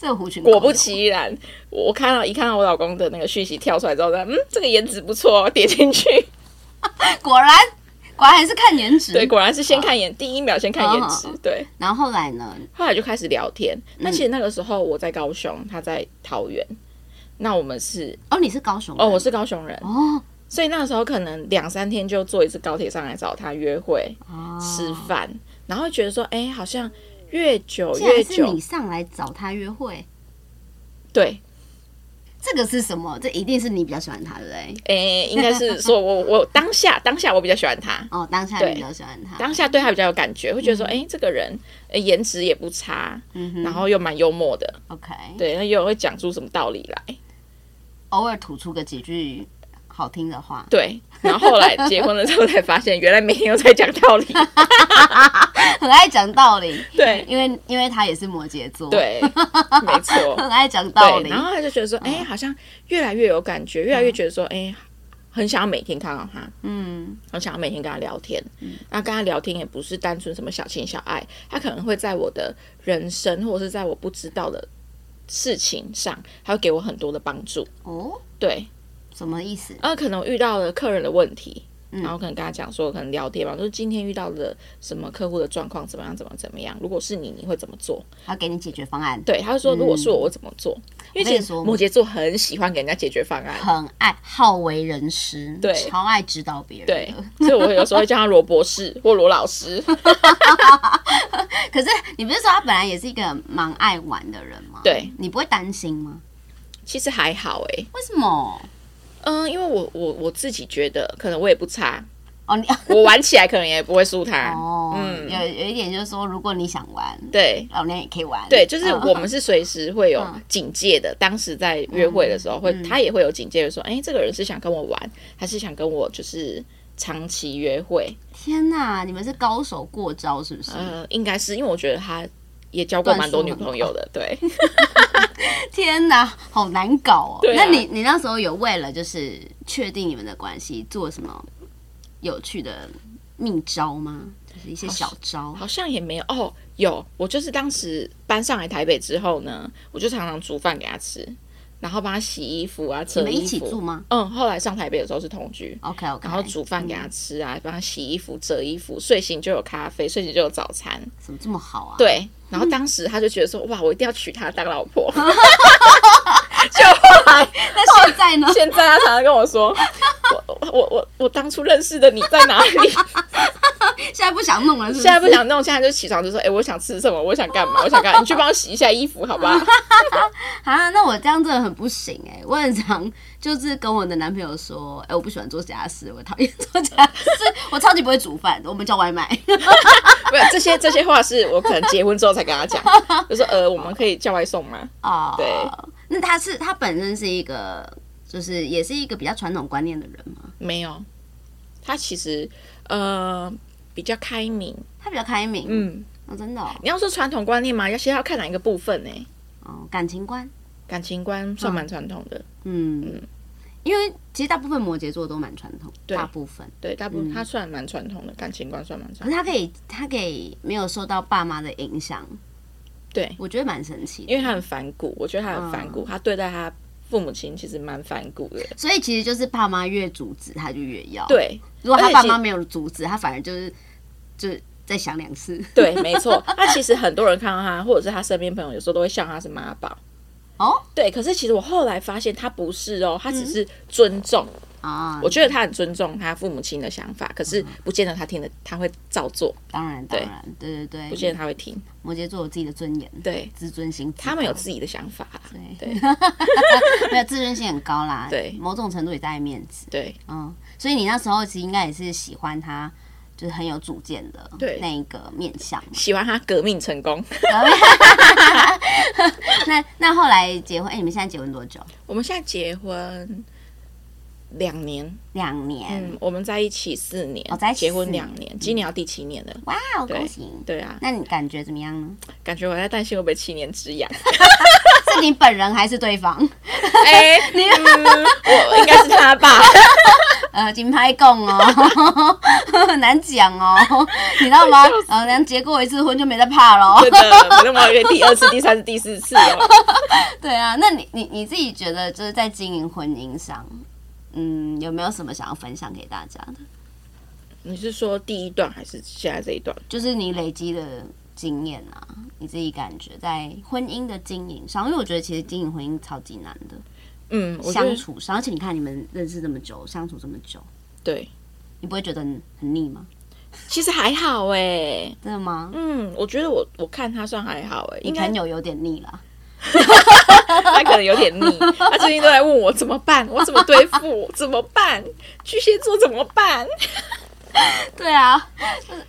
S2: 这个狐群
S3: 果
S2: 狗
S3: 不
S2: 友
S3: 其然，我看到一看到我老公的那个讯息跳出来之后，嗯，这个颜值不错，哦，点 进去。
S2: 嗯果然，果然还是看颜值。
S3: 对，果然是先看颜，第一秒先看颜值
S2: 哦。
S3: 对，
S2: 然后后来呢？
S3: 后来就开始聊天。那
S2: 嗯
S3: 其实那个时候我在高雄，他在桃园。那我们是
S2: 哦，你是高雄人
S3: 哦，我是高雄人，
S2: 哦
S3: 所以那个时候可能两三天就坐一次高铁上来找他约会。
S2: 哦，
S3: 吃饭，然后觉得说，哎、好像越久
S2: 竟
S3: 越
S2: 然是
S3: 久
S2: 你，上来找他约会，
S3: 对，
S2: 这个是什么？这一定是你比较喜欢他，对不对？
S3: 哎、应该是说我我当下当下我比较喜欢他，
S2: 哦，当下
S3: 对
S2: 你比较喜欢他，
S3: 当下对他比较有感觉，会觉得说，哎、这个人、呃颜值也不差，
S2: 嗯哼
S3: 然后又蛮幽默的，
S2: OK，
S3: 对，那又会讲出什么道理来，
S2: 偶尔吐出个几句好听的话，
S3: 对。然后后来结婚了之后才发现，原来每天都在讲道 理，
S2: 很爱讲道理。
S3: 对
S2: 因为因为他也是摩羯座，，
S3: 对，没 错，
S2: 很爱讲道
S3: 对
S2: 理嗯
S3: 然。后他就觉得说，哎、好像越来越有感觉，越来越觉得说，哎、很想要每天看到他，
S2: 嗯，
S3: 我想要每天跟他聊天，那跟他聊天也不是单纯什么小情小爱，他可能会在我的人生或者是在我不知道的事情上，他会给我很多的帮助。
S2: 哦，
S3: 对，
S2: 什么意思？
S3: 呃，可能我遇到了客人的问题，
S2: 嗯
S3: 然后可能跟他讲说，可能聊天嘛，就是今天遇到的什么客户的状况怎么样，怎么怎么样。如果是你，你会怎么做？
S2: 他给你解决方案，
S3: 对，他就说，如果是我，我怎么做？因为其
S2: 我跟你
S3: 实
S2: 说
S3: 摩羯座很喜欢给人家解决方案，
S2: 很爱好为人师，
S3: 对
S2: 超爱指导别人的，
S3: 对，所以我有时候会叫他罗博士或罗老师。
S2: 可是你不是说他本来也是一个蛮爱玩的人吗？
S3: 对，
S2: 你不会担心吗？
S3: 其实还好哎、
S2: 为什么？
S3: 嗯，因为我我我自己觉得，可能我也不差，
S2: 哦，你
S3: 我玩起来可能也不会输他。
S2: 哦，
S3: 嗯
S2: 有有一点就是说，如果你想玩，
S3: 对
S2: 老娘也可以玩。
S3: 对，就是
S2: 嗯
S3: 我们是随时会有
S2: 嗯
S3: 警戒的。当时在约会的时候，会他也会有警戒的说，哎，这个人是想跟我玩，还是想跟我就是长期约会？
S2: 天哪，你们是高手过招是不是？
S3: 嗯，应该是因为我觉得他也交过蛮多女朋友的， 对。
S2: 天哪，好难搞哦。
S3: 对啊
S2: 那你你那时候有为了就是确定你们的关系做什么有趣的秘招吗？就是一些小招。
S3: 好像也没有哦，有我就是当时搬上来台北之后呢，我就常常煮饭给他吃，然后帮他洗衣服啊，
S2: 你
S3: 折
S2: 们一
S3: 衣
S2: 起住
S3: 服。
S2: 吗
S3: 嗯，后来上台北的时候是同居，
S2: ？OK OK，嗯
S3: 然后煮饭给他吃啊，帮他洗衣服、折衣服，睡醒就有咖啡，睡醒就有早餐。
S2: 怎么这么好啊？，
S3: 对，然后当时他就觉得说，哇，我一定要娶她当老婆。就后来，
S2: 那现在呢？
S3: 现在他常常跟我说，我我我我当初认识的你在哪里？
S2: 现在不想弄了是不是？
S3: 现在不想弄，现在就起床就说，哎、我想吃什么，我想干嘛，我想干嘛，你去帮我洗一下衣服，好吧？
S2: 啊，那我这样真的很不行哎、我很常就是跟我的男朋友说，哎、我不喜欢做家事，我讨厌做家事， 我超级不会煮饭，我们叫外 卖。
S3: 没有这些这些话是我可能结婚之后才跟他讲，就说呃，我们可以叫外送吗？
S2: 哦，
S3: 对，
S2: 那他是他本身是一个，就是也是一个比较传统观念的人嘛，
S3: 没有，他其实呃比较开明，
S2: 他比较开明，嗯，
S3: 嗯，
S2: 哦、真的哦
S3: 你要说传统观念嘛，要先要看哪一个部分呢、欸
S2: 哦，感情观，
S3: 感情观算蛮传统的，
S2: 嗯，因为其实大部分摩羯座都蛮传统，
S3: 对
S2: 大部分，
S3: 对，大部分他算蛮传统的，感情观算蛮传
S2: 可是
S3: 统
S2: 他可以他可以没有受到爸妈的影响，
S3: 对，
S2: 我觉得蛮神奇的
S3: 因为他很反骨，我觉得他很反骨，他对待他父母亲其实蛮反骨的，
S2: 所以其实就是爸妈越阻止他就越要，
S3: 对
S2: 如果
S3: 而
S2: 他
S3: 且
S2: 爸
S3: 其
S2: 妈没有阻止，他反而就是就是再想两次。
S3: 对，没错， 他其实很多人看到他，或者是他身边朋友，有时候都会笑他是妈宝。
S2: 哦
S3: 对，可是其实我后来发现他不是哦，他只是尊重。
S2: 啊，
S3: 我觉得他很尊重他父母亲的想法，可是不见得他听得他会照做，
S2: 当然当然，对对
S3: 不见
S2: 对，
S3: 得他会听。
S2: 摩羯座有自己的尊严、
S3: 对
S2: 自尊心，
S3: 他们有自己的想法啦，
S2: 对
S3: 对
S2: 没有自尊心很高啦，
S3: 对
S2: 某种程度也在爱面子，
S3: 对
S2: 嗯，所以你那时候其实应该也是喜欢他。就是很有主见的
S3: 对，
S2: 那一个面相
S3: 喜欢他革命成功。
S2: 那那后来结婚，哎、你们现在结婚多久？
S3: 我们现在结婚两年，
S2: 两年，
S3: 嗯，我们在一起四年，
S2: 哦在一起
S3: 结
S2: 四
S3: 婚
S2: 年
S3: 两年，今年要第七年了。
S2: 哇哦，
S3: 对
S2: 恭喜！
S3: 对啊，
S2: 那你感觉怎么样呢？
S3: 感觉我在担心会不会七年之痒。
S2: 是你本人还是对方？
S3: 哎、 嗯，我应该是他吧？
S2: 呃，金牌供哦， 很难讲哦，你知道吗？呃，人结过一次婚就没再怕喽。
S3: 真的，可能我有第二次、第三次、第四次哦。
S2: 对啊，那你你你自己觉得就是在经营婚姻上，嗯，有没有什么想要分享给大家的？
S3: 你是说第一段还是现在这一段？
S2: 就是你累积的经验啊，你自己感觉在婚姻的经营上，因为我觉得其实经营婚姻超级难的，
S3: 嗯，我觉
S2: 相
S3: 得
S2: 处上，而且你看你们认识这么久，相处这么久，
S3: 对，
S2: 你不会觉得很很腻吗？
S3: 其实还好哎、
S2: 真的吗？
S3: 嗯，我觉得我我看他算还好哎、
S2: 你
S3: 应该
S2: 朋友有点腻啦。
S3: 他可能有 点腻，他最近都来问我怎么办，我怎么对付，怎么办？巨蟹座怎么办？
S2: 对啊，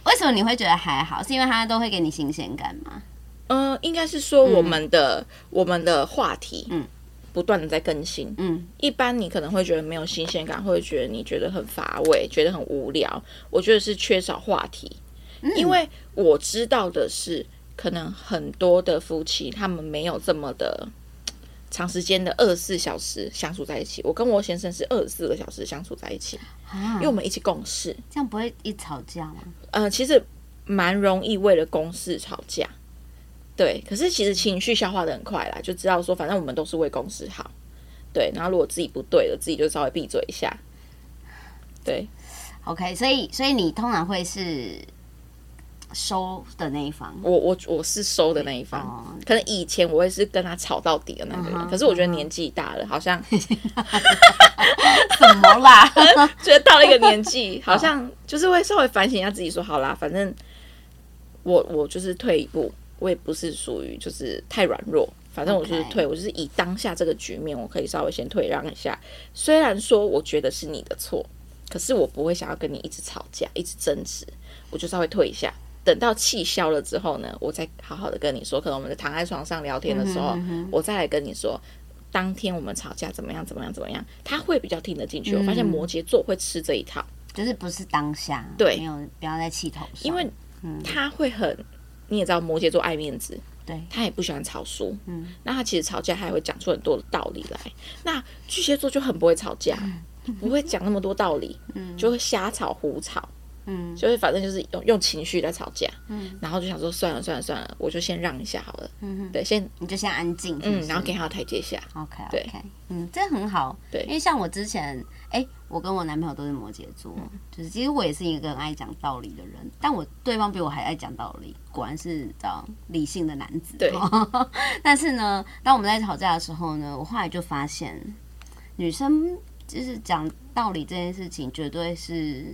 S2: 为什么你会觉得还好？是因为他都会给你新鲜感吗？
S3: 嗯，应该是说我们的、我们的话题，
S2: 嗯
S3: 嗯，不断的在更新，
S2: 嗯，
S3: 一般你可能会觉得没有新鲜感，或者觉得你觉得很乏味，觉得很无聊。我觉得是缺少话题，因为我知道的是，可能很多的夫妻他们没有这么的长时间的二十四小时相处在一起。我跟我先生是二十四个小时相处在一起，
S2: 啊
S3: 因为我们一起共事。
S2: 这样不会一吵架吗？
S3: 呃，其实蛮容易为了公事吵架，对。可是其实情绪消化的很快啦，就知道说反正我们都是为公事好，对。然后如果自己不对了，自己就稍微闭嘴一下，对。
S2: OK，所以所以你通常会是收的那一方，
S3: 我我我是收的那一方，
S2: 哦
S3: 可能以前我会是跟他吵到底的那个人
S2: 嗯哼
S3: 可是我觉得年纪大了，好像
S2: 怎么 啦？
S3: 觉得到了一个 年纪，好像就是会稍微反省一下自己说好啦，反正我我就是退一步，我也不是属于就是太软弱，反正我就是
S2: OK
S3: 退我就是以当下这个局面，我可以稍微先退让一下。虽然说我觉得是你的错，可是我不会想要跟你一直吵架，一直争执，我就稍微退一下。等到气消了之后呢，我再好好的跟你说。可能我们躺在床上聊天的时候，
S2: 嗯哼嗯哼
S3: 我再来跟你说，当天我们吵架怎么样，怎么样，怎么样，他会比较听得
S2: 嗯
S3: 进去。我发现摩羯座会吃这一套，
S2: 就是不是当下，
S3: 对
S2: 没有不要在气头上，
S3: 因为
S2: 嗯
S3: 他会很，你也知道摩羯座爱面子，
S2: 对
S3: 他也不喜欢吵输。
S2: 嗯，
S3: 那他其实吵架他也会讲出很多的道理来。那
S2: 嗯
S3: 巨蟹座就很不会吵架，不会讲那么多道理，就会瞎吵胡吵。
S2: 嗯
S3: 就是反正就是用用情绪在吵架，嗯，然后就想说算了算了算了，我就先让一下好了，
S2: 嗯哼，
S3: 对，先
S2: 你就先安静，是不
S3: 嗯，
S2: 是
S3: 然后给他台阶下，
S2: OK
S3: 对
S2: OK，嗯，这很好，
S3: 对
S2: 因为像我之前，哎、我跟我男朋友都是摩羯座，
S3: 嗯
S2: 就是其实我也是一个很爱讲道理的人，但我对方比我还爱讲道理，果然是这样理性的男子。
S3: 对
S2: 但是呢，当我们在吵架的时候呢，我后来就发现，女生就是讲道理这件事情，绝对是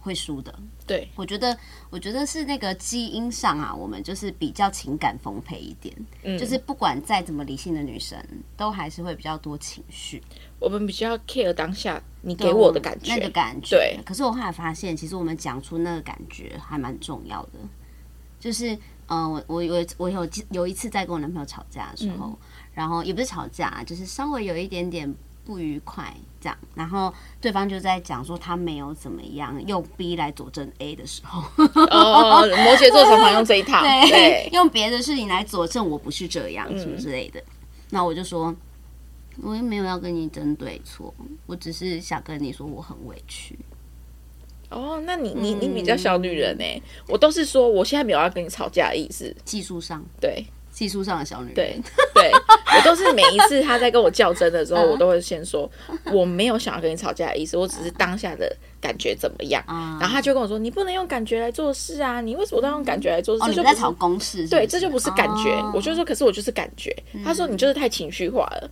S2: 会输的。
S3: 对，
S2: 我觉得，我觉得是那个基因上啊，我们就是比较情感丰沛一点，
S3: 嗯，
S2: 就是不管再怎么理性的女生，都还是会比较多情绪，
S3: 我们比较 care 当下你
S2: 对
S3: 给我的感觉，
S2: 哦那个感觉。
S3: 对，
S2: 可是我后来发现，其实我们讲出那个感觉还蛮重要的，就是。嗯，我我我我有有一次在跟我男朋友吵架的时候，
S3: 嗯
S2: 然后也不是吵架，就是稍微有一点点不愉快这样，然后对方就在讲说他没有怎么样，用 B 来佐证 A 的时候，
S3: 哦，摩羯座常常用这一 套，
S2: 对
S3: 对，，嗯
S2: 用别的事情来佐证我不是这样，什么之类的。那我就说，我也没有要跟你争对错，我只是想跟你说我很委屈。
S3: 哦，那你你你比
S2: 嗯
S3: 较小女人呢、欸我都是说我现在没有要跟你吵架的意思，
S2: 技术上，
S3: 对
S2: 技术上的小女人，
S3: 对对，我都是每一次他在跟我较真的时候，
S2: 嗯
S3: 我都会先说我没有想要跟你吵架的意思，我只是当下的感觉怎么样，
S2: 啊、
S3: 然后他就跟我说你不能用感觉来做事啊，你为什么都要用感觉来做事？
S2: 哦，
S3: 这
S2: 你
S3: 就
S2: 们在
S3: 不是
S2: 吵公事是不是，
S3: 对，这就不是感觉。
S2: 哦嗯
S3: 我就说，可是我就是感觉。他说你就是太情绪化了，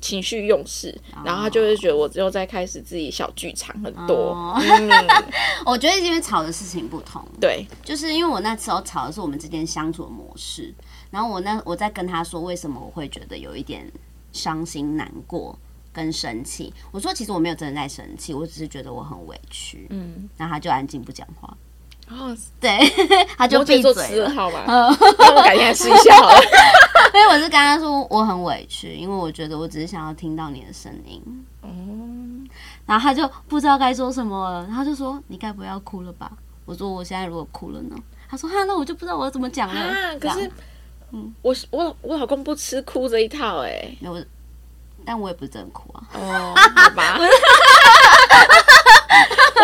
S3: 情绪用事，
S2: 哦
S3: 然后他就会觉得我之后再开始自己小剧场很多。
S2: 哦
S3: 嗯，
S2: 我觉得因为吵的事情不同，
S3: 对，
S2: 就是因为我那时候吵的是我们之间相处的模式，然后我那我在跟他说为什么我会觉得有一点伤心、难过跟生气。我说其实我没有真的在生气，我只是觉得我很委屈。
S3: 嗯，
S2: 然后他就安静不讲话，
S3: 然后
S2: 对， 他就
S3: 摩羯
S2: 闭
S3: 座
S2: 嘴
S3: 吃
S2: 了。哦
S3: 好吧，那我改天来试一下好 了。
S2: 所以我是跟他说我很委屈，因为我觉得我只是想要听到你的声音。
S3: 嗯
S2: 然后他就不知道该说什么了，然后他就说你该不要哭了吧？我说我现在如果哭了呢？他说哈，那我就不知道我要怎么讲了。
S3: 啊，
S2: 这
S3: 可
S2: 样
S3: 是。嗯我我我老公不吃哭这一套哎、
S2: 没有我，但我也不是真的哭啊。
S3: 哦，好 吧。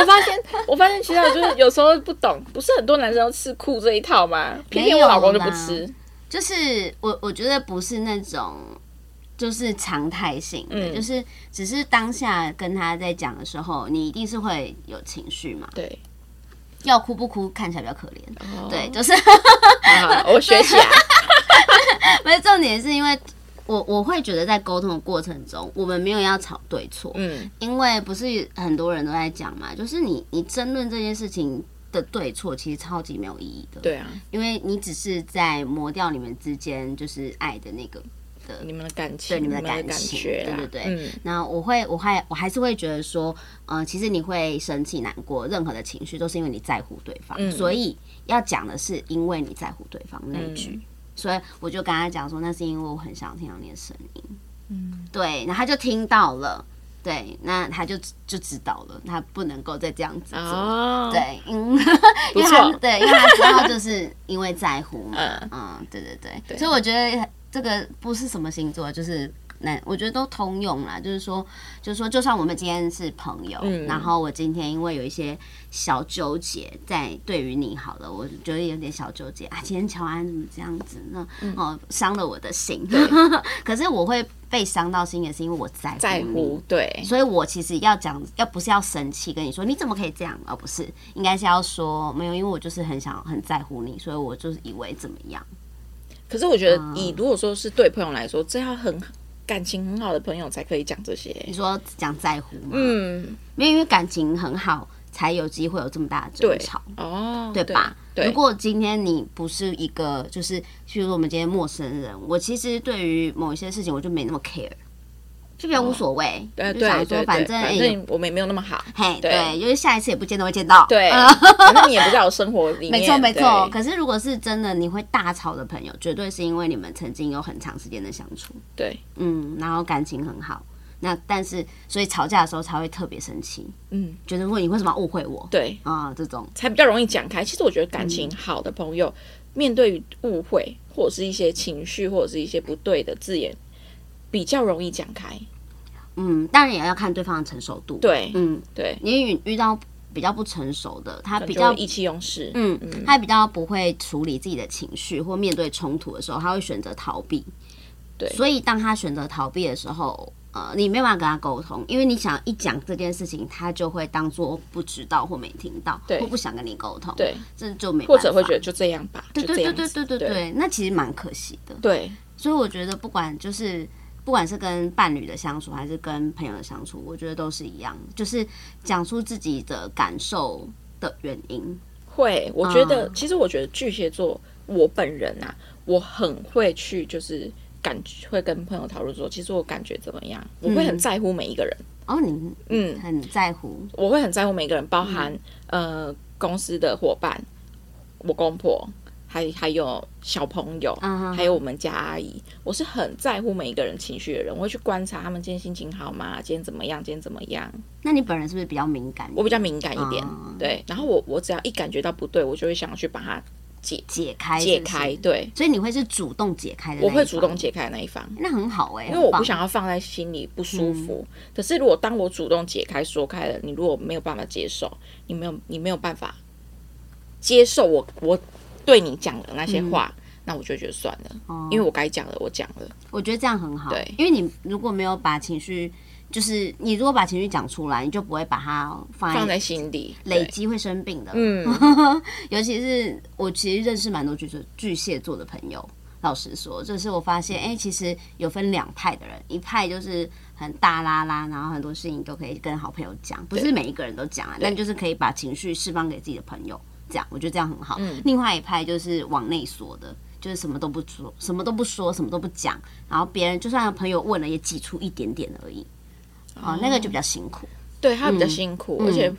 S3: 我发现，我发现其实我就是有时候不懂，不是很多男生都吃哭这一套吗？偏偏我老公就不吃。
S2: 就是我我觉得不是那种就是常态性的，
S3: 嗯
S2: 就是只是当下跟他在讲的时候，你一定是会有情绪嘛，
S3: 对，
S2: 要哭不哭看起来比较可怜。
S3: 哦
S2: 对，就是
S3: 啊， 我学起来。
S2: 不是重点是因为我我会觉得在沟通的过程中，我们没有要吵对错，
S3: 嗯，
S2: 因为不是很多人都在讲嘛，就是你你争论这件事情的对错，其实超级没有意义的。
S3: 对啊，
S2: 因为你只是在磨掉你们之间就是爱的那个的。
S3: 你们的感情，
S2: 对你们的
S3: 的
S2: 感情
S3: 觉啦，
S2: 对对对
S3: 嗯，
S2: 那我会，我还我还是会觉得说，呃，其实你会生气、难过，任何的情绪都是因为你在乎对方，
S3: 嗯
S2: 所以要讲的是因为你在乎对方那一句。
S3: 嗯
S2: 所以我就跟他讲说，那是因为我很想听到你的声音。嗯，对，然后他就听到了，对，那他就就知道了，他不能够再这样子做。
S3: 哦，，
S2: 对，嗯，
S3: 不
S2: 因为 他
S3: 错，
S2: 对，因为他知道就是因为在乎嘛，嗯
S3: 嗯
S2: 对对对，
S3: 对
S2: 所以我觉得这个不是什么星座，就是那我觉得都通用啦，就是说，就是说，就算我们今天是朋友，
S3: 嗯
S2: 然后我今天因为有一些小纠结在对于你好了，我觉得有点小纠结啊，今天乔安怎么这样子呢？
S3: 嗯
S2: 哦，伤了我的心， 可是我会被伤到心，也是因为我在乎
S3: 在
S2: 你
S3: 乎，对，
S2: 所以我其实要讲，要不是要生气跟你说你怎么可以这样，而、不是应该是要说没有，因为我就是很想很在乎你，所以我就是以为怎么样，
S3: 可是我觉得
S2: 嗯，
S3: 以如果说是对朋友来说，这要很感情很好的朋友才可以讲这些。
S2: 你说讲在乎吗？
S3: 嗯，
S2: 没有，因为感情很好才有机会有这么大的争
S3: 对
S2: 吵。
S3: 哦，
S2: 对吧？
S3: 对，
S2: 如果今天你不是一个，就是，譬如说我们今天陌生人，我其实对于某一些事情我就没那么 care，就比较无所谓，
S3: 哦对
S2: 就
S3: 对
S2: 想
S3: 呃对
S2: 说
S3: 对，
S2: 反正哎
S3: 反正我们也没有那 么好，
S2: 嘿，
S3: 对
S2: 对，因为下一次也不见得会见到，
S3: 对，
S2: 嗯
S3: 反正你也不在我生活里面，
S2: 没错没错，
S3: 对
S2: 可是如果是真的你会大吵的朋友，绝对是因为你们曾经有很长时间的相处，
S3: 对，
S2: 嗯，然后感情很好，那但是所以吵架的时候才会特别生气，
S3: 嗯，
S2: 觉得说你为什么要误会我
S3: 对，
S2: 啊、这种，
S3: 才比较容易讲开。其实我觉得感情
S2: 嗯
S3: 好的朋友，面对于误会或者是一些情绪或者是一些不对的字眼，比较容易讲开。
S2: 嗯，当然也要看对方的成熟度，，
S3: 对
S2: 嗯，
S3: 对
S2: 因为遇到比较不成熟的，他比
S3: 就
S2: 较
S3: 意气用事。
S2: 嗯，他比较不会处理自己的情绪或面对冲突的时候，他会选择逃避。
S3: 对
S2: 所以当他选择逃避的时候，呃，你没办法跟他沟通，因为你想一讲这件事情，他就会当做不知道或没听到，
S3: 对
S2: 或不想跟你沟通，
S3: 对，
S2: 这就没
S3: 或者会觉
S2: 得。
S3: 得就这样吧，
S2: 对
S3: 就
S2: 对
S3: 这
S2: 对
S3: 样
S2: 对
S3: 子
S2: 对对
S3: 对
S2: 对，那其实蛮可惜的。
S3: 对
S2: 所以我觉得，不管就是不管是跟伴侣的相处，还是跟朋友的相处，我觉得都是一样，就是讲出自己的感受的原因。
S3: 会，我觉得、
S2: 嗯
S3: 其实我觉得巨蟹座，我本人啊，我很会去就是感觉会跟朋友讨论说，其实我感觉怎么样，我会很在乎每一个人，
S2: 哦，你
S3: 嗯，
S2: 很在乎，
S3: 我会很在乎每个人，包含、呃公司的伙伴，我公婆，还还有小朋友，
S2: 嗯哼
S3: 还有我们家阿姨，我是很在乎每一个人情绪的人，我会去观察他们今天心情好吗？今天怎么样？今天怎么样？
S2: 那你本人是不是比较敏感？
S3: 我比较敏感一点，
S2: 嗯
S3: 对，然后我我只要一感觉到不对，我就会想要去把它
S2: 解开是
S3: 解
S2: 不是
S3: 开，对。
S2: 所以你会是主动解开的。
S3: 我会主动，解开的那一方，
S2: 那很好哎、
S3: 因为我
S2: 很棒嗯
S3: 不想要放在心里不舒服。可是如果当我主动解开、说开了，你如果没有办法接受，你没有你没有办法接受我我对你讲的那些话，那我就觉得算了，
S2: 嗯哦
S3: 因为我该讲的我讲了。
S2: 我觉得这样很好，
S3: 对
S2: 因为你如果没有把情绪，就是你如果把情绪讲出来，你就不会把它放在
S3: 放在心里，
S2: 哎累
S3: 对
S2: 积会生病的。
S3: 嗯，
S2: 尤其是我其实认识蛮多巨蟹巨蟹座的朋友。老实说，就是我发现，哎、其实有分两派的人，一派就是很大啦啦，然后很多事情都可以跟好朋友讲，不是每一个人都讲啊，但就是可以把情绪释放给自己的朋友，这样我觉得这样很好。另外一派就是往内缩的，就是什么都不说，什么都不说，什么都不讲，然后别人就算朋友问了，也挤出一点点而已，哦、那个就比较辛苦。
S3: 对他比较辛苦，
S2: 嗯
S3: 而且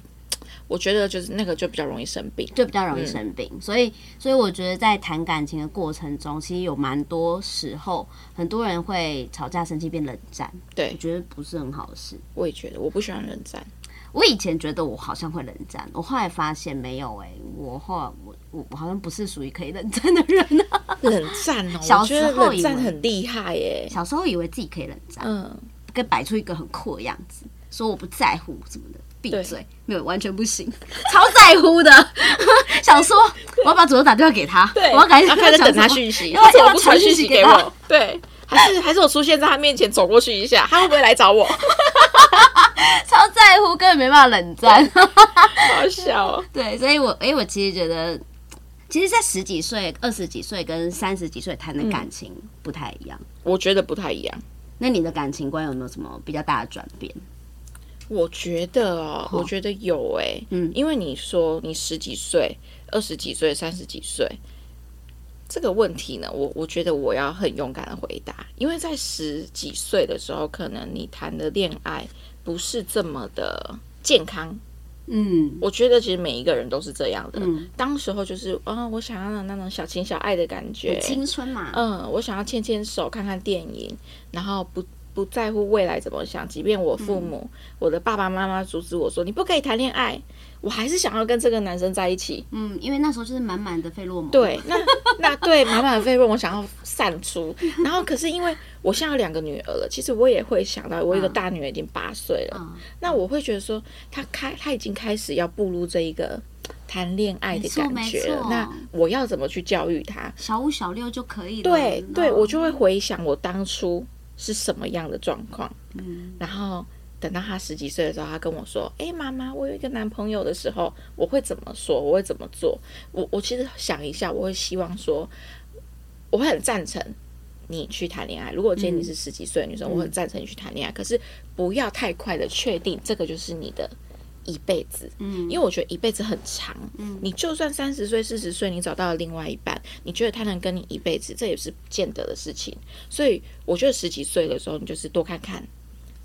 S3: 我觉得就是那个就比较容易生病。
S2: 就比较容易生病。所以，所以我觉得在谈感情的过程中，其实有蛮多时候，很多人会吵架、生气变冷战，我
S3: 对，
S2: 觉得不是很好的事。
S3: 我也觉得我不喜欢冷战，
S2: 我以前觉得我好像会冷战，我后来发现没有哎、我后来我我我好像不是属于可以冷战的人啊。
S3: 冷战哦，
S2: 小
S3: 我觉得
S2: 时候
S3: 冷战
S2: 以为
S3: 很厉害耶。
S2: 小时候以为自己可以冷战，
S3: 嗯，
S2: 跟摆出一个很酷的样子，说我不在乎什么的，闭
S3: 对
S2: 嘴，没有完全不行，超在乎的， 想说我要把主动打电话给他，
S3: 对，
S2: 我要赶紧
S3: 然后开始
S2: 想
S3: 等他
S2: 什么
S3: 讯息，
S2: 要不要
S3: 他怎么
S2: 要不
S3: 不
S2: 要传
S3: 传
S2: 讯
S3: 讯
S2: 息
S3: 息
S2: 给
S3: 给
S2: 他
S3: 我？对，还是还是我出现在他面前走过去一下，他会不会来找我？
S2: 超在乎，根本没办法冷战。
S3: 好笑哦，
S2: 对，所以我哎、我其实觉得，其实，在十几岁、二十几岁跟三十几岁谈的感情不太一样。
S3: 我觉得不太一样。
S2: 那你的感情观有没有什么比较大的转变？
S3: 我觉得哦，
S2: 哦
S3: 我觉得有哎、
S2: 嗯
S3: 因为你说你十几岁、二十几岁、三十几岁这个问题呢，我我觉得我要很勇敢的回答，因为在十几岁的时候，可能你谈的恋爱不是这么的健康。
S2: 嗯
S3: 我觉得其实每一个人都是这样的，
S2: 嗯，
S3: 当时候就是啊、我想要的那种小情小爱的感觉
S2: 很，青春嘛，
S3: 嗯，我想要牵牵手看看电影，然后不不在乎未来怎么想，即便我
S2: 嗯
S3: 父母、我的爸爸妈妈阻止我说你不可以谈恋爱，我还是想要跟这个男生在一起。
S2: 嗯，因为那时候就是满满的费洛蒙，，
S3: 对， 那那对满满的费润，我想要散出。然后可是因为我现在有两个女儿了，其实我也会想到，我一个
S2: 嗯
S3: 大女儿已经八岁了，
S2: 嗯，
S3: 那我会觉得说，他开他已经开始要步入这一个谈恋爱的感觉
S2: 没错没
S3: 了
S2: 错。
S3: 那我要怎么去教育他？
S2: 小五小六就可以了。嗯
S3: 对
S2: 你知道
S3: 对，
S2: 吗
S3: 我就会回想我当初是什么样的状况，
S2: 嗯
S3: 然后等到他十几岁的时候，他跟我说：“哎、妈妈，我有一个男朋友的时候，我会怎么说？我会怎么做？”我我其实想一下，我会希望说，我会很赞成。你去谈恋爱，如果今天你是十几岁的女生，我很赞成你去谈恋爱，可是不要太快的确定这个就是你的一辈子，
S2: 嗯，
S3: 因为我觉得一辈子很长，
S2: 嗯
S3: 你就算三十岁、四十岁，你找到了另外一半，你觉得他能跟你一辈子，这也是不见得的事情。所以我觉得十几岁的时候，你就是多看看，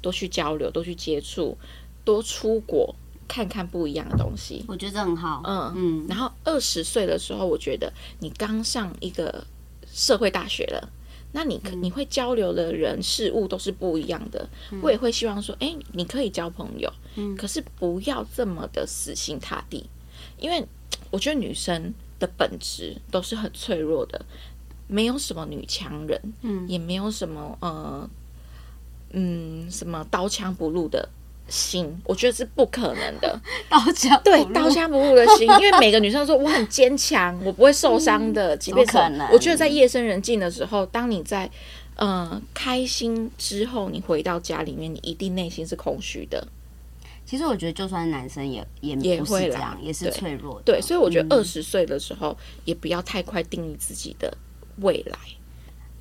S3: 多去交流，多去接触，多出国看看不一样的东西。
S2: 我觉得这很好，
S3: 嗯
S2: 嗯
S3: 然后二十岁的时候，我觉得你刚上一个社会大学了。那你
S2: 嗯
S3: 可你会交流的人事物都是不一样的，我也会希望说，哎、你可以交朋友，
S2: 嗯
S3: 可是不要这么的死心塌地，因为我觉得女生的本质都是很脆弱的，没有什么女强人，
S2: 嗯
S3: 也没有什么呃，嗯，什么刀枪不入的心，我觉得是不可能的。
S2: 到家
S3: 对，刀枪不入的 心，因为每个女生都说我很坚强，我不会受伤的，即便是
S2: 嗯怎么可能
S3: 我觉得在夜深人静的时候，当你在嗯开心之后，你回到家里面，你一定内心是空虚的。
S2: 其实我觉得，就算男生也也
S3: 也
S2: 不是
S3: 会
S2: 这
S3: 啦
S2: 样，也是
S3: 对
S2: 脆弱的。
S3: 对，所以我觉得二
S2: 嗯
S3: 十岁的时候，也不要太快定义自己的未来。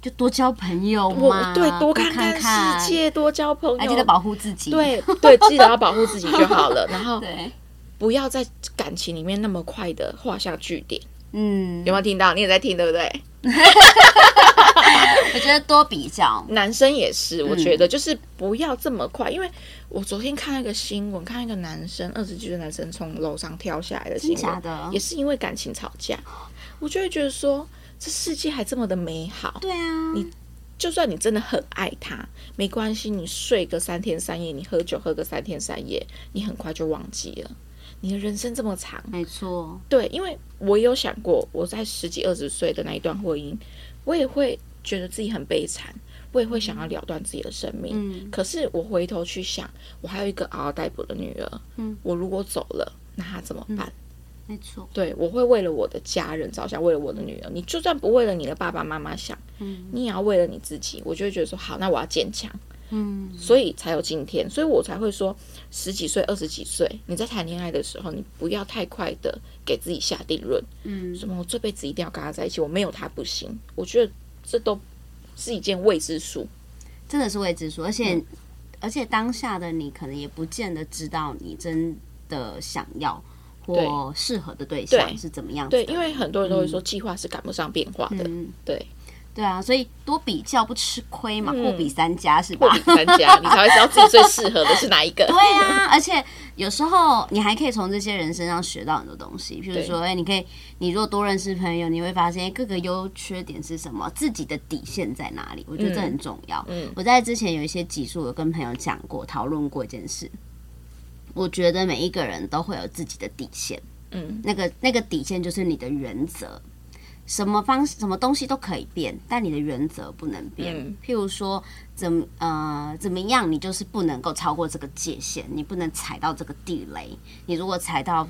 S2: 就多交朋友
S3: 我
S2: 嘛，
S3: 对多
S2: 看
S3: 看看世，界，多交朋友，
S2: 还记得保护自己。
S3: 对对， 记得要保护自己就好了。然后
S2: 对，
S3: 不要在感情里面那么快的画下句点。
S2: 嗯
S3: 有，没有听到？你也在听，对不对？
S2: 我觉得多比较，
S3: 男生也是，我觉得
S2: 嗯
S3: 就是不要这么快，因为我昨天看了一个新闻，看一个男生二十几岁男生从楼上跳下来的新
S2: 真假
S3: 闻，
S2: 的
S3: 也，是因为感情吵架，我就会觉得说，这世界还这么的美好。
S2: 对啊，
S3: 你就算你真的很爱他，没关系，你睡个三天三夜，你喝酒喝个三天三夜，你很快就忘记了。你的人生这么长，
S2: 没错，
S3: 对，因为我有想过，我在十几二十岁的那一段婚姻，我也会觉得自己很悲惨，我也会想要了断自己的生命。
S2: 嗯，
S3: 可是我回头去想，我还有一个嗷嗷待哺的女儿，
S2: 嗯
S3: 我如果走了，那她怎么办？
S2: 没错，
S3: 对我会为了我的家人着想，为了我的女儿，你就算不为了你的爸爸妈妈想，
S2: 嗯
S3: 你也要为了你自己。我就会觉得说，好，那我要坚强，
S2: 嗯，
S3: 所以才有今天，所以我才会说，十几岁、二十几岁，你在谈恋爱的时候，你不要太快的给自己下定论。
S2: 嗯，
S3: 什么我这辈子一定要跟他在一起，我没有他不行。我觉得这都是一件未知数。
S2: 真的是未知数，而
S3: 嗯
S2: 且、而且当下的你可能也不见得知道你真的想要或
S3: 对
S2: 适合的对象
S3: 对
S2: 是怎么样子
S3: 对，
S2: 的，
S3: 因为很多人都会说计划是赶不上变化的，
S2: 嗯，
S3: 对，
S2: 对啊，所以多比较不吃亏嘛，
S3: 嗯
S2: 货比三家是吧
S3: 货？比三家，你才会知道自己最适合的是哪一个
S2: 对。 啊，而且有时候你还可以从这些人身上学到很多东西，譬如说，哎、你可以，你如果多认识朋友，你会发现哎各个优缺点是什么，自己的底线在哪里，我觉得这很重要。
S3: 嗯
S2: 我在之前有一些集数有跟朋友讲过，讨论过一件事。我觉得每一个人都会有自己的底线，
S3: 嗯，
S2: 那个那个底线就是你的原则，什么方什么东西都可以变，但你的原则不能变。
S3: 嗯
S2: 譬如说，怎么呃怎么样，你就是不能够超过这个界限，你不能踩到这个地雷。你如果踩到，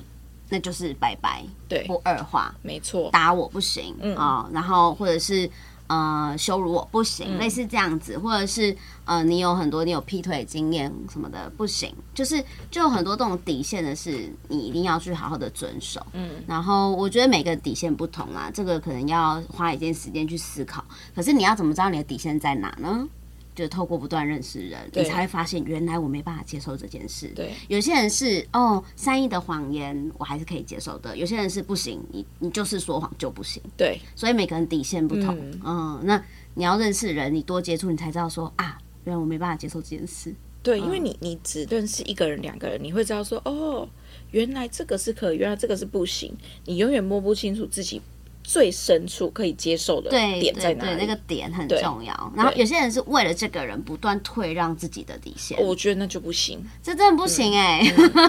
S2: 那就是拜拜，
S3: 对，
S2: 不二话，
S3: 没错。
S2: 打我不行啊、
S3: 嗯
S2: 然后或者是呃羞辱我不行，
S3: 嗯
S2: 类似这样子，或者是呃你有很多你有劈腿经验什么的不行，就是就有很多这种底线的事，你一定要去好好的遵守。
S3: 嗯，
S2: 然后我觉得每个底线不同啦，这个可能要花一点时间去思考。可是你要怎么知道你的底线在哪呢？就透过不断认识人，你
S3: 对
S2: 才会发现原来我没办法接受这件事。
S3: 对，
S2: 有些人是哦，善意的谎言我还是可以接受的；有些人是不行，你你就是说谎就不行。
S3: 对，
S2: 所以每个人底线不同，嗯
S3: 嗯
S2: 那你要认识人，你多接触，你才知道说啊，原来我没办法接受这件事。
S3: 对，因为你你只认识一个人、两个人，你会知道说，哦，原来这个是可以，原来这个是不行。你永远摸不清楚自己最深处可以接受的
S2: 对
S3: 点在
S2: 对
S3: 哪
S2: 对，
S3: 里。
S2: 那个点很
S3: 对
S2: 重要。然后
S3: 对
S2: 有些人是为了这个人不断退让自己的底线，
S3: 我觉得那就不行。
S2: 这真的不行哎、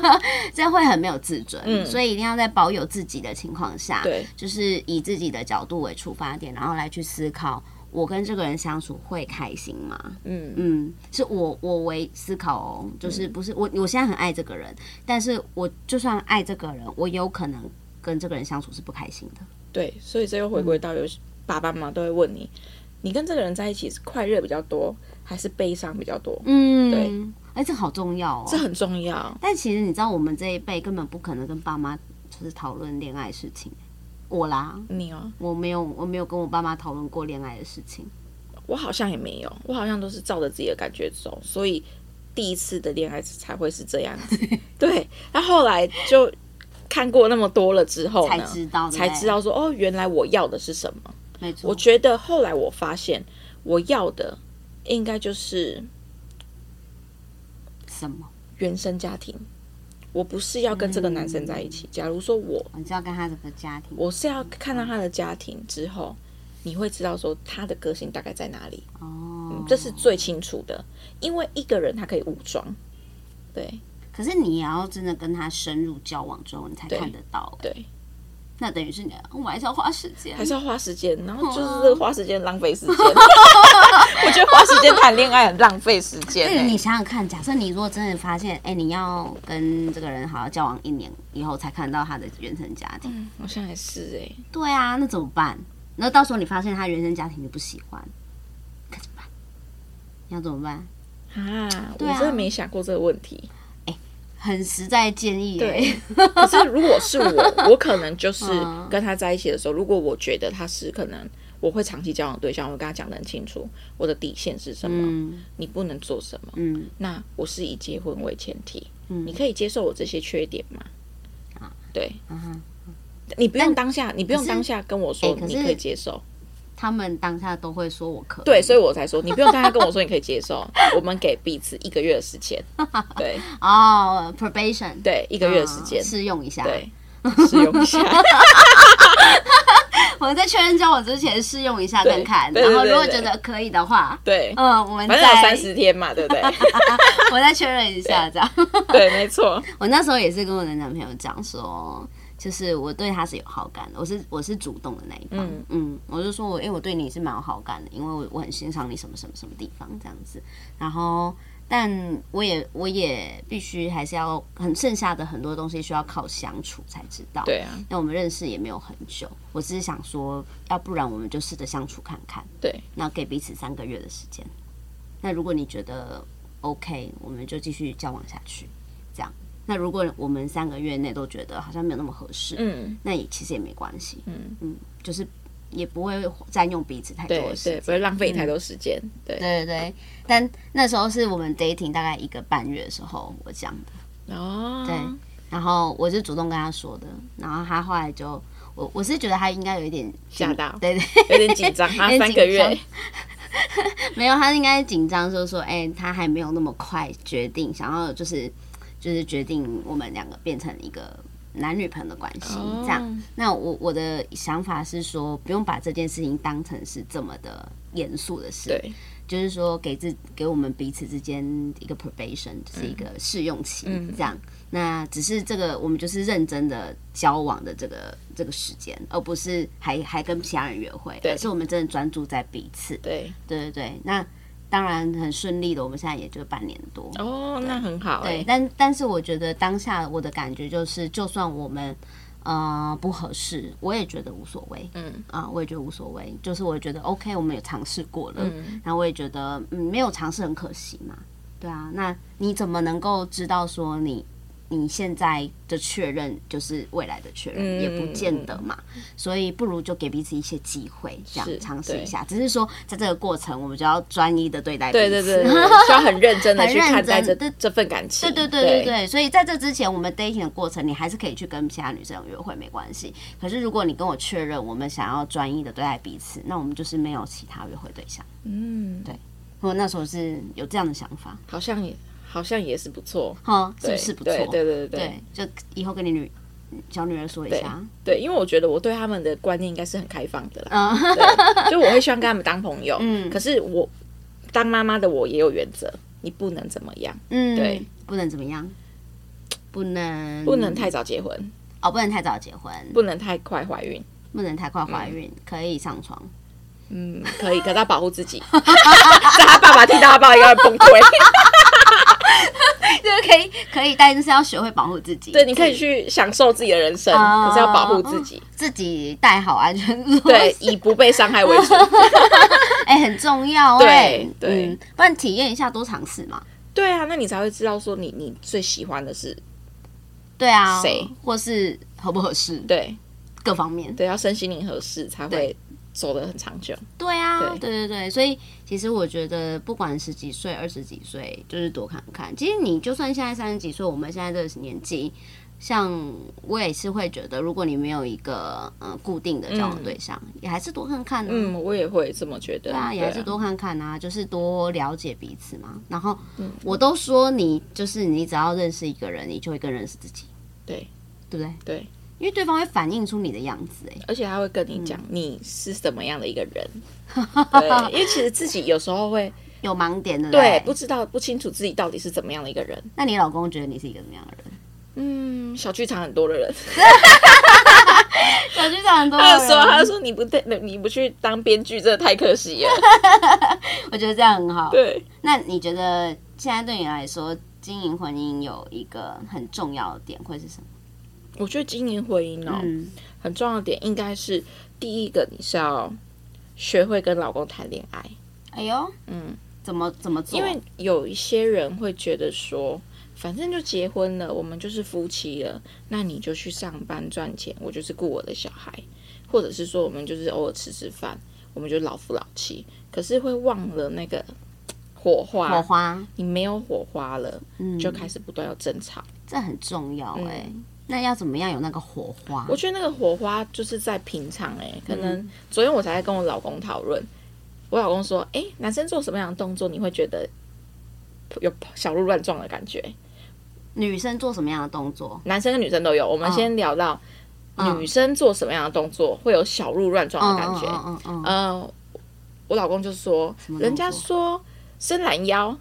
S2: 这样会很没有自尊。
S3: 嗯
S2: 所以一定要在保有自己的情况下，
S3: 对，
S2: 就是以自己的角度为出发点，然后来去思考。我跟这个人相处会开心吗？
S3: 嗯
S2: 嗯，是我我为思考哦，就是不是我我现在很爱这个人，但是我就算爱这个人，我有可能跟这个人相处是不开心的。
S3: 对，所以这又回
S2: 嗯
S3: 归到有些爸爸妈妈都会问你，你跟这个人在一起是快乐比较多，还是悲伤比较多？
S2: 嗯，
S3: 对，
S2: 哎，这好重要哦。
S3: 这很重要。
S2: 但其实你知道，我们这一辈根本不可能跟爸妈就是讨论恋爱事情。我啦，
S3: 你哦，
S2: 我没有，我没有跟我爸妈讨论过恋爱的事情。
S3: 我好像也没有，我好像都是照着自己的感觉走，所以第一次的恋爱才会是这样 子。对，那后来就看过那么多了之后呢，
S2: 才知道对不对
S3: 哦才知道说哦，原来我要的是什么。
S2: 没错，
S3: 我觉得后来我发现，我要的应该就是
S2: 什么？
S3: 原生家庭。我不是要跟这个男生在一起。
S2: 嗯
S3: 假如说我
S2: 你知道跟他这个家庭
S3: 我是要看到他的家庭之后，你会知道说他的个性大概在哪里，
S2: 哦
S3: 嗯，这是最清楚的。因为一个人他可以武装，对
S2: 可是你也要真的跟他深入交往之后，你才
S3: 对
S2: 看得到、欸
S3: 对，
S2: 那等于是你我还是要花时间
S3: 还。是要花时
S2: 嗯
S3: 间，然后就是花时间浪费时
S2: 哦
S3: 间。我觉得花时间谈恋爱很浪费时间、
S2: 对，你
S3: 欸。
S2: 想想看，假设你如果真的发现，哎、你要跟这个人好好交往一年以后才看到他的原生家庭，
S3: 好像也是哎、
S2: 对啊，那怎么办？那到时候你发现他原生家庭你不喜欢，该怎么办？你要怎么办？
S3: 啊，我
S2: 对啊
S3: 真的没想过这个问题。
S2: 很实在建议、
S3: 对
S2: 耶，
S3: 可是如果是 我，我可能就是
S2: 嗯
S3: 跟他在一起的时候，如果我觉得他是可能我会长期交往的对象，我跟他讲得很清楚，我的底线是什么，
S2: 嗯
S3: 你不能做什么。
S2: 嗯
S3: 那我是以结婚为前提，
S2: 嗯
S3: 你可以接受我这些缺点吗？
S2: 啊
S3: 对，
S2: 啊哈，
S3: 你不用
S2: 但
S3: 当下，你不用
S2: 可是
S3: 当下跟我说
S2: 哎可
S3: 你
S2: 是
S3: 可以接受，
S2: 他们当下都会说我可以，
S3: 对，所以我才说你不用当下跟我说你可以 接受，我们给彼此一个月的时间，对
S2: 哦，probation，，
S3: 对，一个月的时间
S2: 嗯，试用一下，
S3: 对， 试用一下。
S2: 我在确认交往之前试用一下看看，
S3: 对对
S2: 然后
S3: 对
S2: 如果
S3: 对
S2: 觉得可以的话，
S3: 对，
S2: 嗯，我们
S3: 反正有
S2: 再
S3: 三，十天嘛，对不对？
S2: 我再确认一下这样。
S3: 对，没错。
S2: 我那时候也是跟我的男朋友讲说，就是我对他是有好感的，我是我是主动的那一方，嗯
S3: 嗯
S2: 我就说我因为我对你是蛮有好感的，因为我我很欣赏你什么什么什么地方这样子，然后。但我也我也必须还是要很剩下的很多东西需要靠相处才知道。
S3: 对啊，
S2: 那我们认识也没有很久，我只是想说，要不然我们就试着相处看看。
S3: 对，
S2: 那给彼此三个月的时间。那如果你觉得 OK，我们就继续交往下去，这样。那如果我们三个月内都觉得好像没有那么合适，
S3: 嗯
S2: 那也其实也没关系，
S3: 嗯，
S2: 就是也不会占用彼此太多
S3: 对
S2: 的时间。
S3: 对，
S2: 嗯
S3: 不会浪费你太多时间。对，
S2: 对对对，但那时候是我们 dating 大概一个半月的时候我讲的，
S3: 哦，
S2: 对，然后我是主动跟他说的，然后他后来就我我是觉得他应该有一点
S3: 吓到
S2: 对对，
S3: 有点 紧张，他
S2: 有点
S3: 三个
S2: 紧张
S3: 月，
S2: 没有，他应该紧张，就是说，哎、他还没有那么快决定，想要就是就是决定我们两个变成一个男女朋友的关系、
S3: 哦
S2: 这样。那我我的想法是说，不用把这件事情当成是这么的严肃的事，
S3: 对，
S2: 就是说给自给我们彼此之间一个 probation，就是一个试用期、
S3: 嗯
S2: 这样。那只是这个，我们就是认真的交往的这个这个时间，而不是还还跟其他人约会，
S3: 对
S2: 而是我们真的专注在彼此。
S3: 对，
S2: 对对对，那当然很顺利的，我们现在也就半年多。
S3: 哦，那很好
S2: 对，
S3: 哎，
S2: 但但是我觉得当下我的感觉就是，就算我们呃不合适，我也觉得无所谓
S3: 嗯
S2: 啊、我也觉得无所谓。就是我觉得 OK，我们也尝试过了，
S3: 嗯，
S2: 然后我也觉得嗯没有尝试很可惜嘛。对啊，那你怎么能够知道说你你现在的确认就是未来的确认，
S3: 嗯
S2: 也不见得嘛。所以不如就给彼此一些机会，这
S3: 是
S2: 样尝试
S3: 对
S2: 一下。只是说在这个过程，我们就要专一的对待彼
S3: 对
S2: 此。
S3: 对对，对对需要很认真 的
S2: 很
S3: 去看待
S2: 认
S3: 这
S2: 真
S3: 这份感情。
S2: 对对对对对，所以在这之前，我们 dating 的过程，你还是可以去跟其他女生有约会，没关系。可是如果你跟我确认，我们想要专一的对待彼此，那我们就是没有其他约会对象。
S3: 嗯，
S2: 我那时候是有这样的想法，
S3: 好像也好像也是不错，
S2: 哈，是
S3: 对
S2: 不是不错？
S3: 对对对对对
S2: 对，就以后跟你女小女儿说一下，
S3: 对，因为我觉得我对他们的观念应该是很开放的啦。
S2: 嗯，
S3: 对，就我会希望跟他们当朋友。
S2: 嗯
S3: 可是我当妈妈的我也有原则，你不能怎么样，
S2: 嗯，
S3: 对，
S2: 不能怎么样，不能
S3: 不能太早结婚，
S2: 哦，不能太早结婚，
S3: 不能太快怀孕。
S2: 不能太快怀孕，可以上床，
S3: 嗯，可以，可是要保护自己。 这他爸爸听到他爸爸应该会 崩溃。
S2: 对，可以可以，但是要学会保护自己，
S3: 对，你可以去享受自己的人生，
S2: 哦
S3: 可是要保护自己。
S2: 自己戴好安全锁，
S3: 对，以不被伤害为 主。
S2: 哎、很重要、
S3: 对
S2: 哎，
S3: 对
S2: 嗯，不然体验一下多尝试嘛。
S3: 对啊，那你才会知道说你你最喜欢的是
S2: 对啊，
S3: 谁
S2: 或是合不合适，
S3: 对
S2: 各方面。
S3: 对，要身心灵合适才会
S2: 对
S3: 走得很长久。
S2: 对啊，
S3: 对
S2: 对对对，所以其实我觉得，不管十几岁、二十几岁，就是多看看。其实你就算现在三十几岁，我们现在这个年纪，像我也是会觉得，如果你没有一个呃固定的交往对象，也还是多看看、啊。
S3: 嗯，我也会这么觉得。
S2: 对啊，也还是多看看啊，就是多了解彼此嘛。然后
S3: 嗯
S2: 我都说你，就是你只要认识一个人，你就会更认识自己，
S3: 对
S2: 对不对？
S3: 对，
S2: 因为对方会反映出你的样子、哎，
S3: 而且他会跟你讲你是什么样的一个 人。对，因为其实自己有时候会
S2: 有盲点的。
S3: 对
S2: 不
S3: 不
S2: 对
S3: 知道不清楚自己到底是怎么样的一个人。
S2: 那你老公觉得你是一个怎么样的人？
S3: 嗯，小剧场很多的人，
S2: 小剧场很多
S3: 他就说，他
S2: 人，
S3: 就说你不对，你不去当编剧，真的太可惜了。
S2: 我觉得这样很好。
S3: 对，
S2: 那你觉得现在对你来说，经营婚姻有一个很重要的点会是什么？
S3: 我觉得经营婚姻哦，
S2: 嗯
S3: 很重要的点应该是第一个，你是要学会跟老公谈恋爱。
S2: 哎呦，
S3: 嗯，
S2: 怎么怎么做？
S3: 因为有一些人会觉得说，反正就结婚了，我们就是夫妻了，那你就去上班赚钱，我就是顾我的小孩，或者是说我们就是偶尔吃吃饭，我们就老夫老妻，可是会忘了那个火花，
S2: 火花，
S3: 你没有火花了，
S2: 嗯，
S3: 就开始不断要争吵。
S2: 这很重要哎、
S3: 嗯
S2: 那要怎么样有那个火花？
S3: 我觉得那个火花就是在平常哎、
S2: 嗯
S3: 可能昨天我才在跟我老公讨论，我老公说，哎、男生做什么样的动作你会觉得有小鹿乱撞的感觉？
S2: 女生做什么样的动作？
S3: 男生跟女生都有。我们
S2: 嗯
S3: 先聊到女生做什么样的动作会有小鹿乱撞
S2: 嗯
S3: 的感觉。
S2: 嗯嗯嗯嗯，
S3: 呃，我老公就说
S2: 什么，动作
S3: 人家说伸懒腰，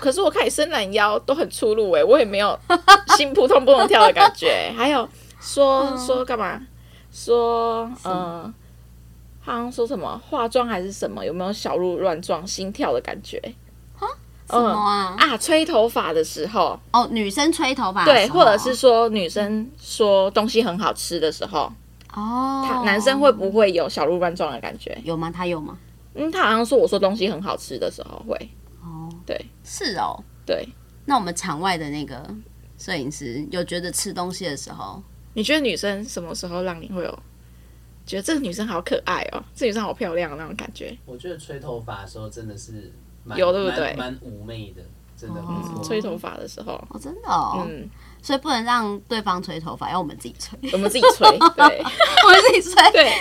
S3: 可是我看你伸懒腰都很粗鲁哎、我也没有心扑通扑通跳的感觉、 还有说
S2: 嗯
S3: 说干嘛？说呃，好像说什么化妆还是什么，有没有小鹿乱撞、心跳的感觉？
S2: 什么啊？
S3: 啊，吹头发的时候，
S2: 哦，女生吹头发的
S3: 对，
S2: 时候
S3: 或者是说女生说东西很好吃的时候，
S2: 哦，
S3: 他男生会不会有小鹿乱撞的感觉？
S2: 有吗？他有吗？
S3: 嗯，他好像说我说东西很好吃的时候会，
S2: 哦，
S3: 对，
S2: 是哦。
S3: 对。
S2: 那我们场外的那个摄影师有觉得吃东西的时候，
S3: 你觉得女生什么时候让你会有觉得这个女生好可爱哦，这女生好漂亮的那种感觉？
S4: 我觉得吹头发的时候真的是蛮
S3: 有对不对哦
S4: 蛮蛮妩媚的，真的不错。
S3: 吹头发的时候，
S2: 哦哦，真的哦，
S3: 嗯，
S2: 所以不能让对方吹头发，要我们自己 吹，
S3: 我们自己吹，
S2: 我
S3: 对
S2: 们自己吹，
S3: 对，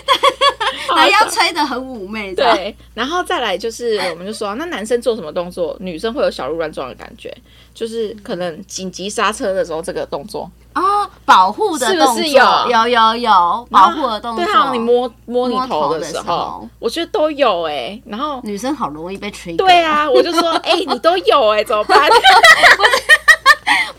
S2: 还要吹的很妩媚，这样，
S3: 对，然后再来就是，我们就说，那男生做什么动作，女生会有小鹿乱撞的感觉，就是可能紧急刹车的时候这个动作，
S2: 哦，保护的
S3: 是不
S2: 动作
S3: 是有
S2: 有有有保护的动作，
S3: 对，还有你摸摸你
S2: 摸头
S3: 头
S2: 的
S3: 的时
S2: 时候
S3: 候，我觉得都有哎、然后。
S2: 女生好容易被 trigger，
S3: 对，啊，我就 说，哎、你都有哎、怎么办？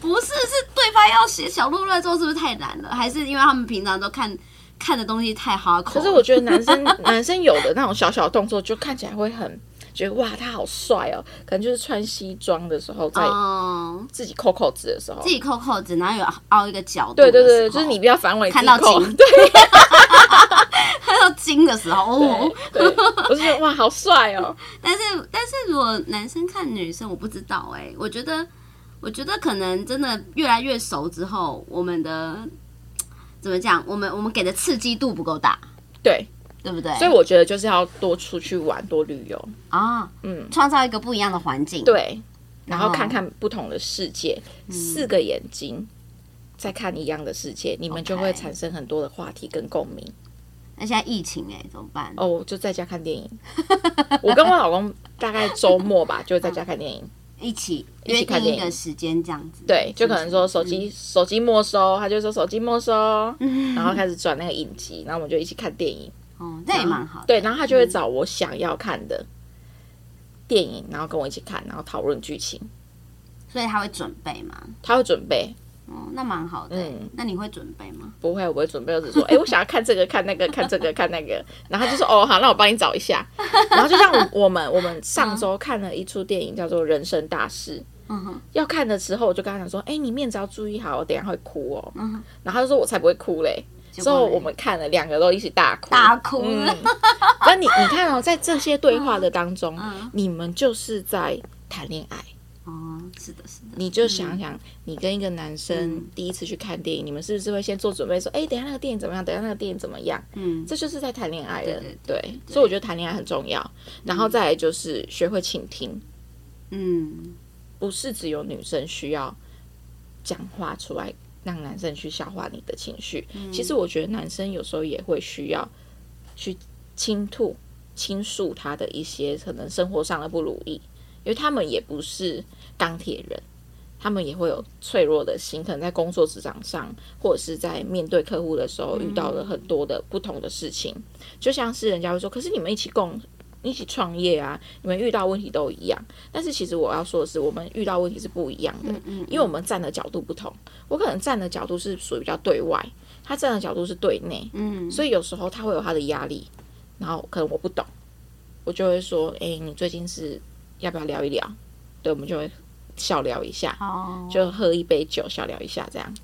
S2: 不是是对方要写小鹿乱撞是不是太难了？还是因为他们平常都看看的东西太好？
S3: 可是我觉得男生 男生有的那种小小动作，就看起来会很觉得哇，他好帅哦。可能就是穿西装的时候，在
S2: 哦，
S3: 自己扣扣子的时候，
S2: 自己扣扣子，然后有凹一个角度的
S3: 对
S2: 时候，
S3: 对对，就 是你不要反胃，
S2: 看
S3: 自
S2: 到
S3: 己扣
S2: 筋
S3: 对
S2: 看到筋的时候，哦，
S3: 对，我就觉得哇，好帅 哦。
S2: 但是但是如果男生看女生，我不知道哎、我觉得我觉得可能真的越来越熟之后，我们的怎么讲，我们我们给的刺激度不够大，
S3: 对，
S2: 对不对？
S3: 所以我觉得就是要多出去玩，多旅游，
S2: 啊，
S3: 嗯，
S2: 创造一个不一样的环境，，
S3: 对，然后
S2: 哦嗯
S3: 看看不同的世界，四个眼睛。在看一样的世界，你们就会
S2: OK
S3: 产生很多的话题跟共鸣。
S2: 那现在疫情哎、怎么办？
S3: 哦，我就在家看电影。我跟我老公大概周末吧，就会在家看电影。
S2: 一起
S3: 一
S2: 约
S3: 起看
S2: 定一
S3: 电
S2: 个
S3: 影
S2: 时间这样子，
S3: 对，就可能说手
S2: 嗯
S3: 机、手机没收，他就说手机没收，然后开始转那个影集，然后我们就一起看电影，
S2: 哦，这也蛮好的，
S3: 嗯对，然后他就会找我想要看的电影，然后跟我一起看，然后讨论剧情，
S2: 所以他会准备嘛，
S3: 他会准备，
S2: 哦，那蛮好的、
S3: 嗯
S2: 那你会准备吗？
S3: 不会，我会准备，我 只说，哎、我想要看这个，看那个，看这个， 看那个，然后他就说，哦，好，那我帮你找一下，然后就像我我们我们上周看了一出电影叫做《人生大事》。
S2: 嗯哼，
S3: 要看的时候，我就跟他讲说：“哎、你面子要注意好，我等一下会哭哦。
S2: 嗯哼
S3: 然后他就说：“我才不会哭嘞。”
S2: 结
S3: 之
S2: 果
S3: 后
S2: 嘞
S3: 我们看了两个都一起大哭，
S2: 大哭
S3: 嗯
S2: 了，
S3: 那、你你看哦，在这些对话的当中，
S2: 嗯
S3: 你们就是在谈恋爱。
S2: 哦，是的，是的，
S3: 嗯你就想
S2: 嗯
S3: 想，你跟一个男生第一次去看电影，你们是不是会先做准备，说，哎、等一下那个电影怎么样？等一下那个电影怎么样？
S2: 嗯，
S3: 这就是在谈恋爱了。
S2: 对
S3: 对所以我觉得谈恋爱很重要。然后再来就是学会倾听，
S2: 嗯，
S3: 不是只有女生需要讲话出来，让男生去消化你的情绪。其实我觉得男生有时候也会需要去倾吐、倾诉他的一些可能生活上的不如意，因为他们也不是钢铁人。他们也会有脆弱的心，可能在工作职场上，或者是在面对客户的时候，遇到了很多的不同的事情。就像是人家会说，可是你们一起共一起创业啊，你们遇到问题都一样。但是其实我要说的是，我们遇到问题是不一样的，因为我们站的角度不同。我可能站的角度是属于比较对外，他站的角度是对内，
S2: 嗯，
S3: 所以有时候他会有他的压力，然后可能我不懂，我就会说，哎、你最近是要不要聊一聊？对，我们就会小聊一下，
S2: 哦，
S3: 就喝一杯酒，小聊一下这样。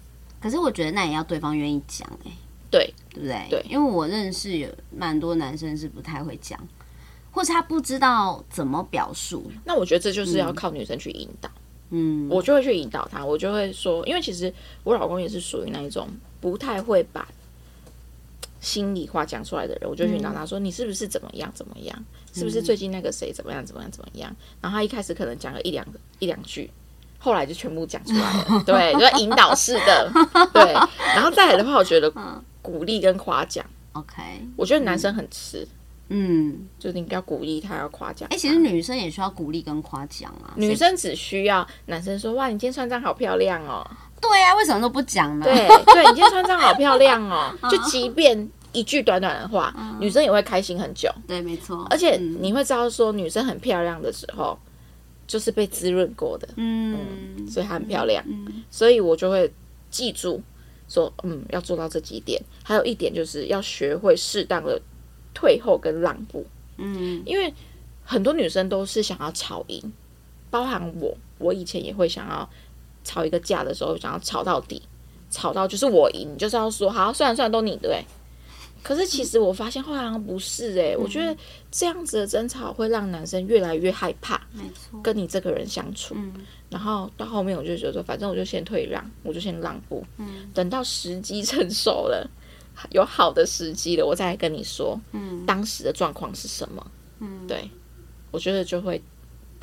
S2: 可是我觉得那也要对方愿意讲哎、
S3: 对
S2: 对不对？
S3: 对
S2: 因为我认识有蛮多男生是不太会讲，或是他不知道怎么表述。
S3: 那我觉得这就是要靠女生去引导。
S2: 嗯，
S3: 我就会去引导他，我就会说，因为其实我老公也是属于那一种不太会把心里话讲出来的人，我就去引导他说，你是不是怎么样怎么样，是不是最近那个谁怎么样怎么样怎么样？然后他一开始可能讲了一两个一两句。后来就全部讲出来了，对，就是引导式 的，对。然后再来的话，我觉得鼓励跟夸奖，
S2: OK，
S3: 我觉得男生很吃，
S2: 嗯，
S3: 就是你要鼓励他，要夸奖
S2: 哎、
S3: 他。
S2: 其实女生也需要鼓励跟夸奖啊。
S3: 女
S2: 谁
S3: 生只需要男生说：“哇，你今天穿这样好漂亮哦。”
S2: 对啊，为什么都不讲呢？
S3: 对 对，你今天穿这样好漂亮哦！
S2: 嗯
S3: 就即便一句短短的话，女生也会开心很久，
S2: 对，没错。
S3: 而且
S2: 嗯
S3: 你会知道说，女生很漂亮的时候，就是被滋润过的，
S2: 嗯
S3: 所以她很漂亮。
S2: 嗯
S3: 所以我就会记住说，嗯，要做到这几点。还有一点就是要学会适当的退后跟让步，
S2: 嗯
S3: 因为很多女生都是想要吵赢，包含我，我以前也会想要吵一个架的时候，想要吵到底，吵到就是我赢，你就是要说好，算了算了，都你对。可是其实我发现后来好像不是
S2: 嗯
S3: 诶、我觉得这样子的争吵会让男生越来越害怕
S2: 没错。
S3: 跟你这个人相处，
S2: 嗯
S3: 然后到后面我就觉得说，反正我就先退让，我就先让步，
S2: 嗯
S3: 等到时机成熟了，有好的时机了，我再来跟你说
S2: 嗯
S3: 当时的状况是什么。
S2: 嗯，
S3: 对我觉得就会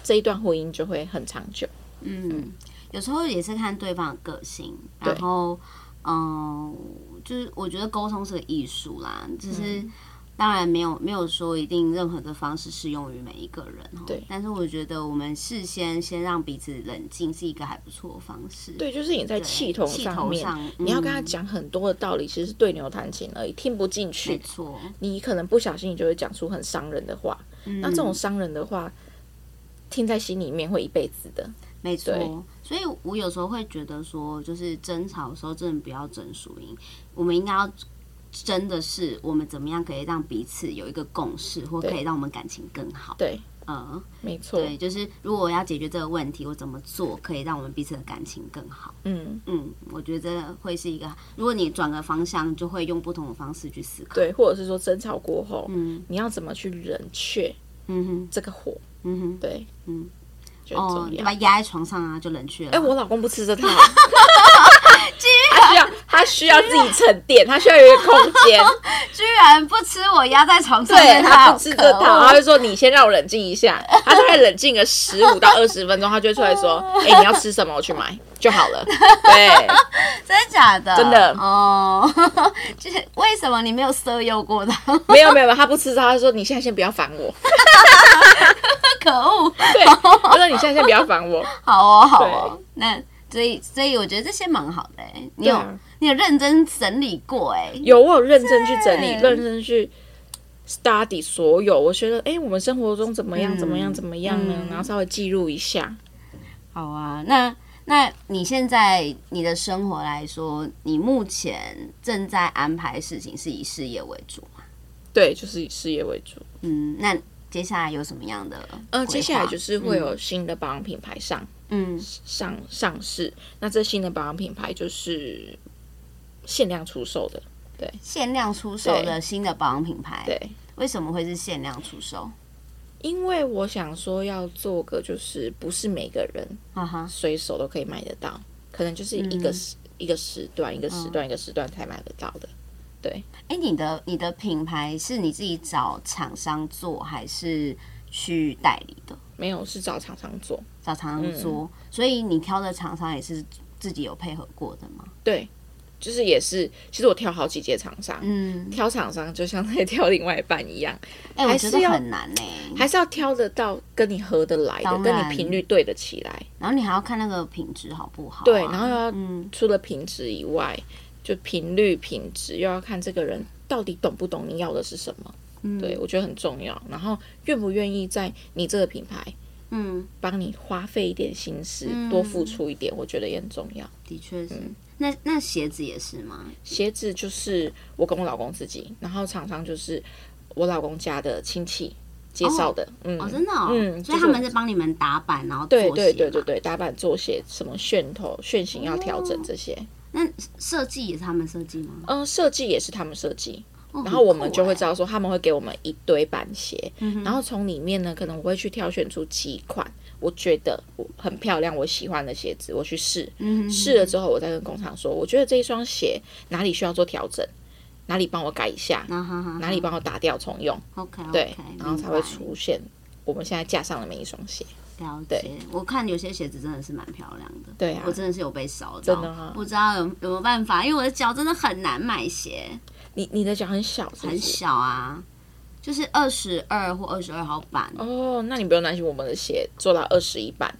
S3: 这一段婚姻就会很长久。
S2: 嗯，有时候也是看对方的个性，然
S3: 对
S2: 后嗯，就是我觉得沟通是个艺术啦，就是。
S3: 嗯
S2: 当然没有没有说一定任何的方式适用于每一个人哦
S3: 对
S2: 但是我觉得我们事先先让彼此冷静是一个还不错的方式。
S3: 对，就是你在
S2: 对
S3: 气头
S2: 气
S3: 上
S2: 头
S3: 面，
S2: 上
S3: 你要跟他
S2: 嗯
S3: 讲很多的道理，其实是对牛弹琴而已，听不进
S2: 没
S3: 去。
S2: 错。
S3: 你可能不小心，你就会讲出很伤人的话。
S2: 那
S3: 那这种伤人的话，听在心里面会一辈子的。
S2: 没
S3: 对
S2: 错，所以我有时候会觉得说，就是争吵的时候，真的不要争输赢，我们应该要真的是我们怎么样可以让彼此有一个共识，或
S3: 对
S2: 可以让我们感情更好。
S3: 对，
S2: 嗯，
S3: 没错。
S2: 对，就是如果我要解决这个问题，我怎么做可以让我们彼此的感情更好？
S3: 嗯，
S2: 嗯，我觉得这会是一个，如果你转个方向，就会用不同的方式去思考。
S3: 对，或者是说争吵过后，
S2: 嗯
S3: 你要怎么去冷却
S2: 嗯哼
S3: 这个火？
S2: 嗯哼，
S3: 对，
S2: 嗯，
S3: 就很
S2: 哦，
S3: 重
S2: 你
S3: 要
S2: 把。它压在床上啊，就冷却了。
S3: 哎、我老公不吃这 套，他需要他需要自己沉淀，他需要有一个空间。
S2: 居然不吃我压在床上
S3: 对
S2: 的
S3: 他
S2: 它，
S3: 不吃
S2: 可
S3: 这套，
S2: 恶
S3: 他会说你先让我冷静一 下。他大概冷静个十五到二十分钟，他就会出来 说：“哎、你要吃什么？我去买就好 了。”对，
S2: 真的假的？
S3: 真的
S2: 哦， 就是为什么你没有色诱过他？
S3: 没有没有，没有他不吃这套，他说：“你现在先不要烦 我。
S2: 可恶！”
S3: 对，他说：“你现在先不要烦我。
S2: 好哦，好哦，那。所以，所以我觉得这些蛮好的、欸，你有、
S3: 对啊
S2: 你有认真整理过哎、”欸，
S3: 有我有认真去整理，
S2: 对
S3: 认真去 study 所有，我觉得哎、我们生活中怎么样怎么样怎么样呢？
S2: 嗯
S3: 然后稍微记录一下。
S2: 好啊。那那你现在你的生活来说，你目前正在安排事情是以事业为主吗？
S3: 对，就是以事业为主。
S2: 嗯，那接下来有什么样的规划？
S3: 呃，接下来就是会有新的保养品牌上
S2: 嗯
S3: 上上市。那这新的保养品牌就是限量出售的，
S2: 限量出售的新的保养品牌，
S3: 对，
S2: 为什么会是限量出售？
S3: 因为我想说要做个就是不是每个人
S2: 啊哈，
S3: 随手都可以买得到，可能就是一个
S2: 嗯
S3: 时、一个时段一个时段、一个时段才买得到的。
S2: 哎、你的你的品牌是你自己找厂商做，还是去代理的？
S3: 没有是找厂商做，
S2: 找厂
S3: 嗯
S2: 商做，所以你挑的厂商也是自己有配合过的吗？
S3: 对，就是也是，其实我挑好几届厂商。
S2: 嗯，
S3: 挑厂商就像在挑另外一半一样，
S2: 哎、
S3: 还
S2: 我
S3: 是
S2: 觉
S3: 要
S2: 得很难呢、
S3: 还是要挑得到跟你合得来的，
S2: 当
S3: 跟
S2: 然
S3: 你频率对得起来。
S2: 然后你还要看那个品质好不好啊、
S3: 对然后要
S2: 嗯
S3: 除了品质以外，就频率、品质，又要看这个人到底懂不懂你要的是什么。
S2: 嗯
S3: 对我觉得很重要。然后愿不愿意在你这个品牌
S2: 嗯，
S3: 帮你花费一点心思，
S2: 嗯
S3: 多付出一点，我觉得也很重要。
S2: 的确是。
S3: 嗯
S2: 那那鞋子也是吗？
S3: 鞋子就是我跟我老公自己，然后厂商就是我老公家的亲戚介绍的，嗯，
S2: 哦，真的哦，
S3: 嗯
S2: 所以
S3: 就是
S2: 他
S3: 我
S2: 们在帮你们打版，然后做鞋
S3: 对
S2: 嘛
S3: 对对对对，打版做鞋，什么楦头、楦型要调
S2: 哦
S3: 整这些，
S2: 那设计也是他们设计吗？
S3: 嗯，设计也是他们设计，
S2: 哦
S3: 然后我们就会知
S2: 找，
S3: 道说他们会给我们一堆板鞋，
S2: 嗯哼
S3: 然后从里面呢，可能我会去挑选出几款我觉得我很漂亮、我喜欢的鞋子，我去试。
S2: 嗯哼
S3: 试了之后，我再跟工厂说，我觉得这一双鞋哪里需要做调整，哪里帮我改一下，
S2: 啊哈哈，
S3: 哪里帮我打掉重用，
S2: OK，
S3: 对，然后才会出现我们现在架上的每一双鞋。
S2: 了解
S3: 对，
S2: 我看有些鞋子真的是蛮漂亮的，
S3: 对啊
S2: 我真的是有被烧到，
S3: 真的啊吗
S2: 不知道有有没有办法，因为我的脚真的很难买鞋，
S3: 你你的脚很小是不是，
S2: 很小啊，就是二十二或二十二号版，
S3: 哦，那你不用担心，我们的鞋做到二十一版，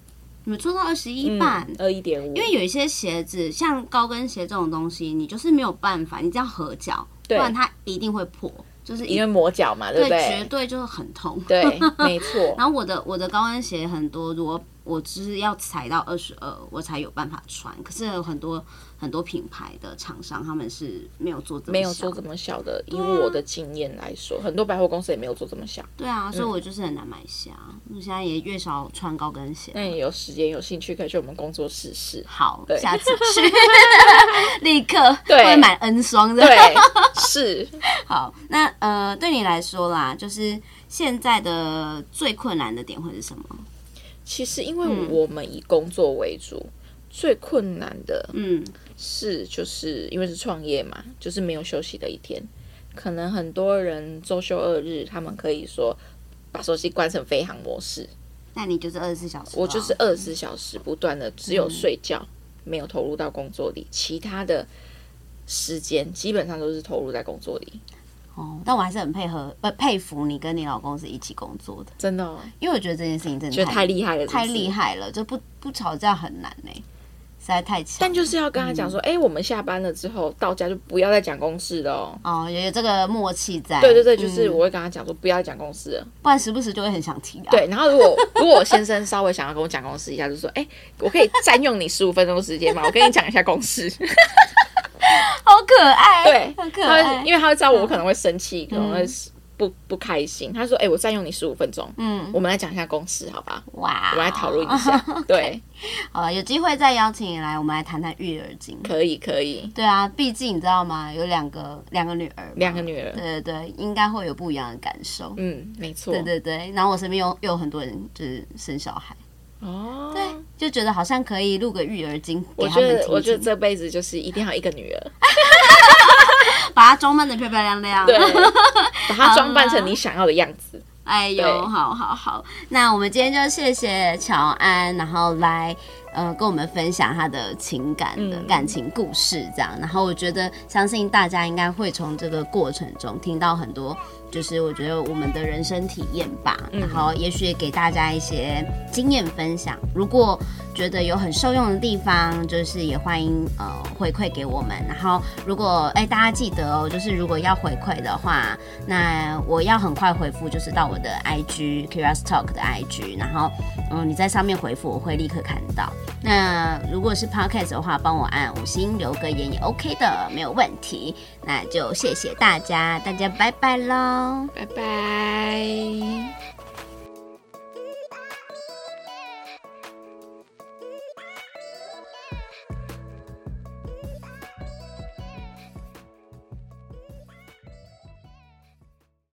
S2: 你们做到二十
S3: 嗯
S2: 一版。
S3: 二一点五，
S2: 因为有一些鞋子，像高跟鞋这种东西，你就是没有办法，你这样合脚，不
S3: 对
S2: 然它一定会破，就是一
S3: 因为磨脚嘛，对
S2: 对
S3: 不
S2: 绝
S3: 对？
S2: 对就是很痛。
S3: 对，没错。
S2: 然后我的我的高跟鞋很多，如果我就是要踩到二十二，我才有办法穿。可是有很多很多品牌的厂商，他们是没有做这么
S3: 没有
S2: 小
S3: 做
S2: 的
S3: 这么小的，以我的经验来说，很多百货公司也没有做这么小。
S2: 对啊，
S3: 嗯
S2: 所以我就是很难买鞋啊。我现在也越少穿高跟鞋。。
S3: 那你有时间有兴趣，可以去我们工作室试
S2: 好，
S3: 对
S2: 下次 去，立刻
S3: 对
S2: 会买 N 双 的。
S3: 对，是
S2: 好，那呃，对你来说啦，就是现在的最困难的点会是什么？
S3: 其实因为我们以工作为主，最困难的
S2: 嗯，
S3: 是就是因为是创业嘛，就是没有休息的一天。可能很多人周休二日，他们可以说把手机关成飞行模式，
S2: 那你就是二十四小时咯，啊
S3: 我就是二十四小时不断的只有睡觉，没有投入到工作里，其他的时间基本上都是投入在工作里。
S2: 哦，但我还是很配合，呃，佩服你跟你老公是一起工作的，
S3: 真的、哦，
S2: 因为我觉得这件事情真的
S3: 觉得太厉害了
S2: 太厉
S3: 害。
S2: 害了，就不不吵架很难呢、实在太强。
S3: 但就是要跟他讲说，哎、我们下班了之后到家就不要再讲公事了哦。
S2: 哦，也有这个默契在。
S3: 对对对，就是
S2: 嗯
S3: 我会跟他讲说，不要再讲公事了。
S2: 不然时不时就会很想提啊。
S3: 对，然后如果如果我先生稍微想要跟我讲公事一下，就说，哎、我可以占用你十五分钟的时间吗？我跟你讲一下公事。
S2: 好可爱，
S3: 对，
S2: 很可
S3: 他
S2: 爱
S3: 会，因为他会知道我可能会生气，可能会不不开心。他说，哎、我占用你十五分钟，
S2: 嗯，
S3: 我们来讲一下公事，好吧？
S2: 哇，
S3: 我们来讨论 一下。对，
S2: 好了，有机会再邀请你来，我们来谈谈育儿经。
S3: 可以可以，
S2: 对啊，毕竟你知道吗？有两个两个女儿嘛，
S3: 两个女儿，
S2: 对对对，应该会有不一样的感受。
S3: 嗯，没错，
S2: 对对对，然后我身边又又有很多人就是生小孩。
S3: 哦，
S2: 对，就觉得好像可以录个育儿经给
S3: 我
S2: 他
S3: 觉
S2: 们
S3: 得，
S2: 听
S3: 我觉得
S2: 听，
S3: 这辈子就是一定要一个女 儿，
S2: 把它装扮的漂漂亮亮。
S3: 对，把她装扮
S2: 啊
S3: 成你想要的样子。
S2: 哎呦，
S3: 对
S2: 好好好，那我们今天就谢谢乔安，然后来呃跟我们分享他的情感的、
S3: 嗯
S2: 感情故事，这样。然后我觉得，相信大家应该会从这个过程中听到很多，就是我觉得我们的人生体验吧。然后也许也给大家一些经验分享。如果觉得有很受用的地方，就是也欢迎呃回馈给我们。然后如果哎、大家记得哦，就是如果要回馈的话，那我要很快回复，就是到我的 IG Curious Talk 的 IG，然后嗯你在上面回复，我会立刻看到。那如果是 Podcast 的话，帮我按五星留个言也 OK 的，没有问题。那就谢谢大家，大家拜拜喽。
S3: 拜拜。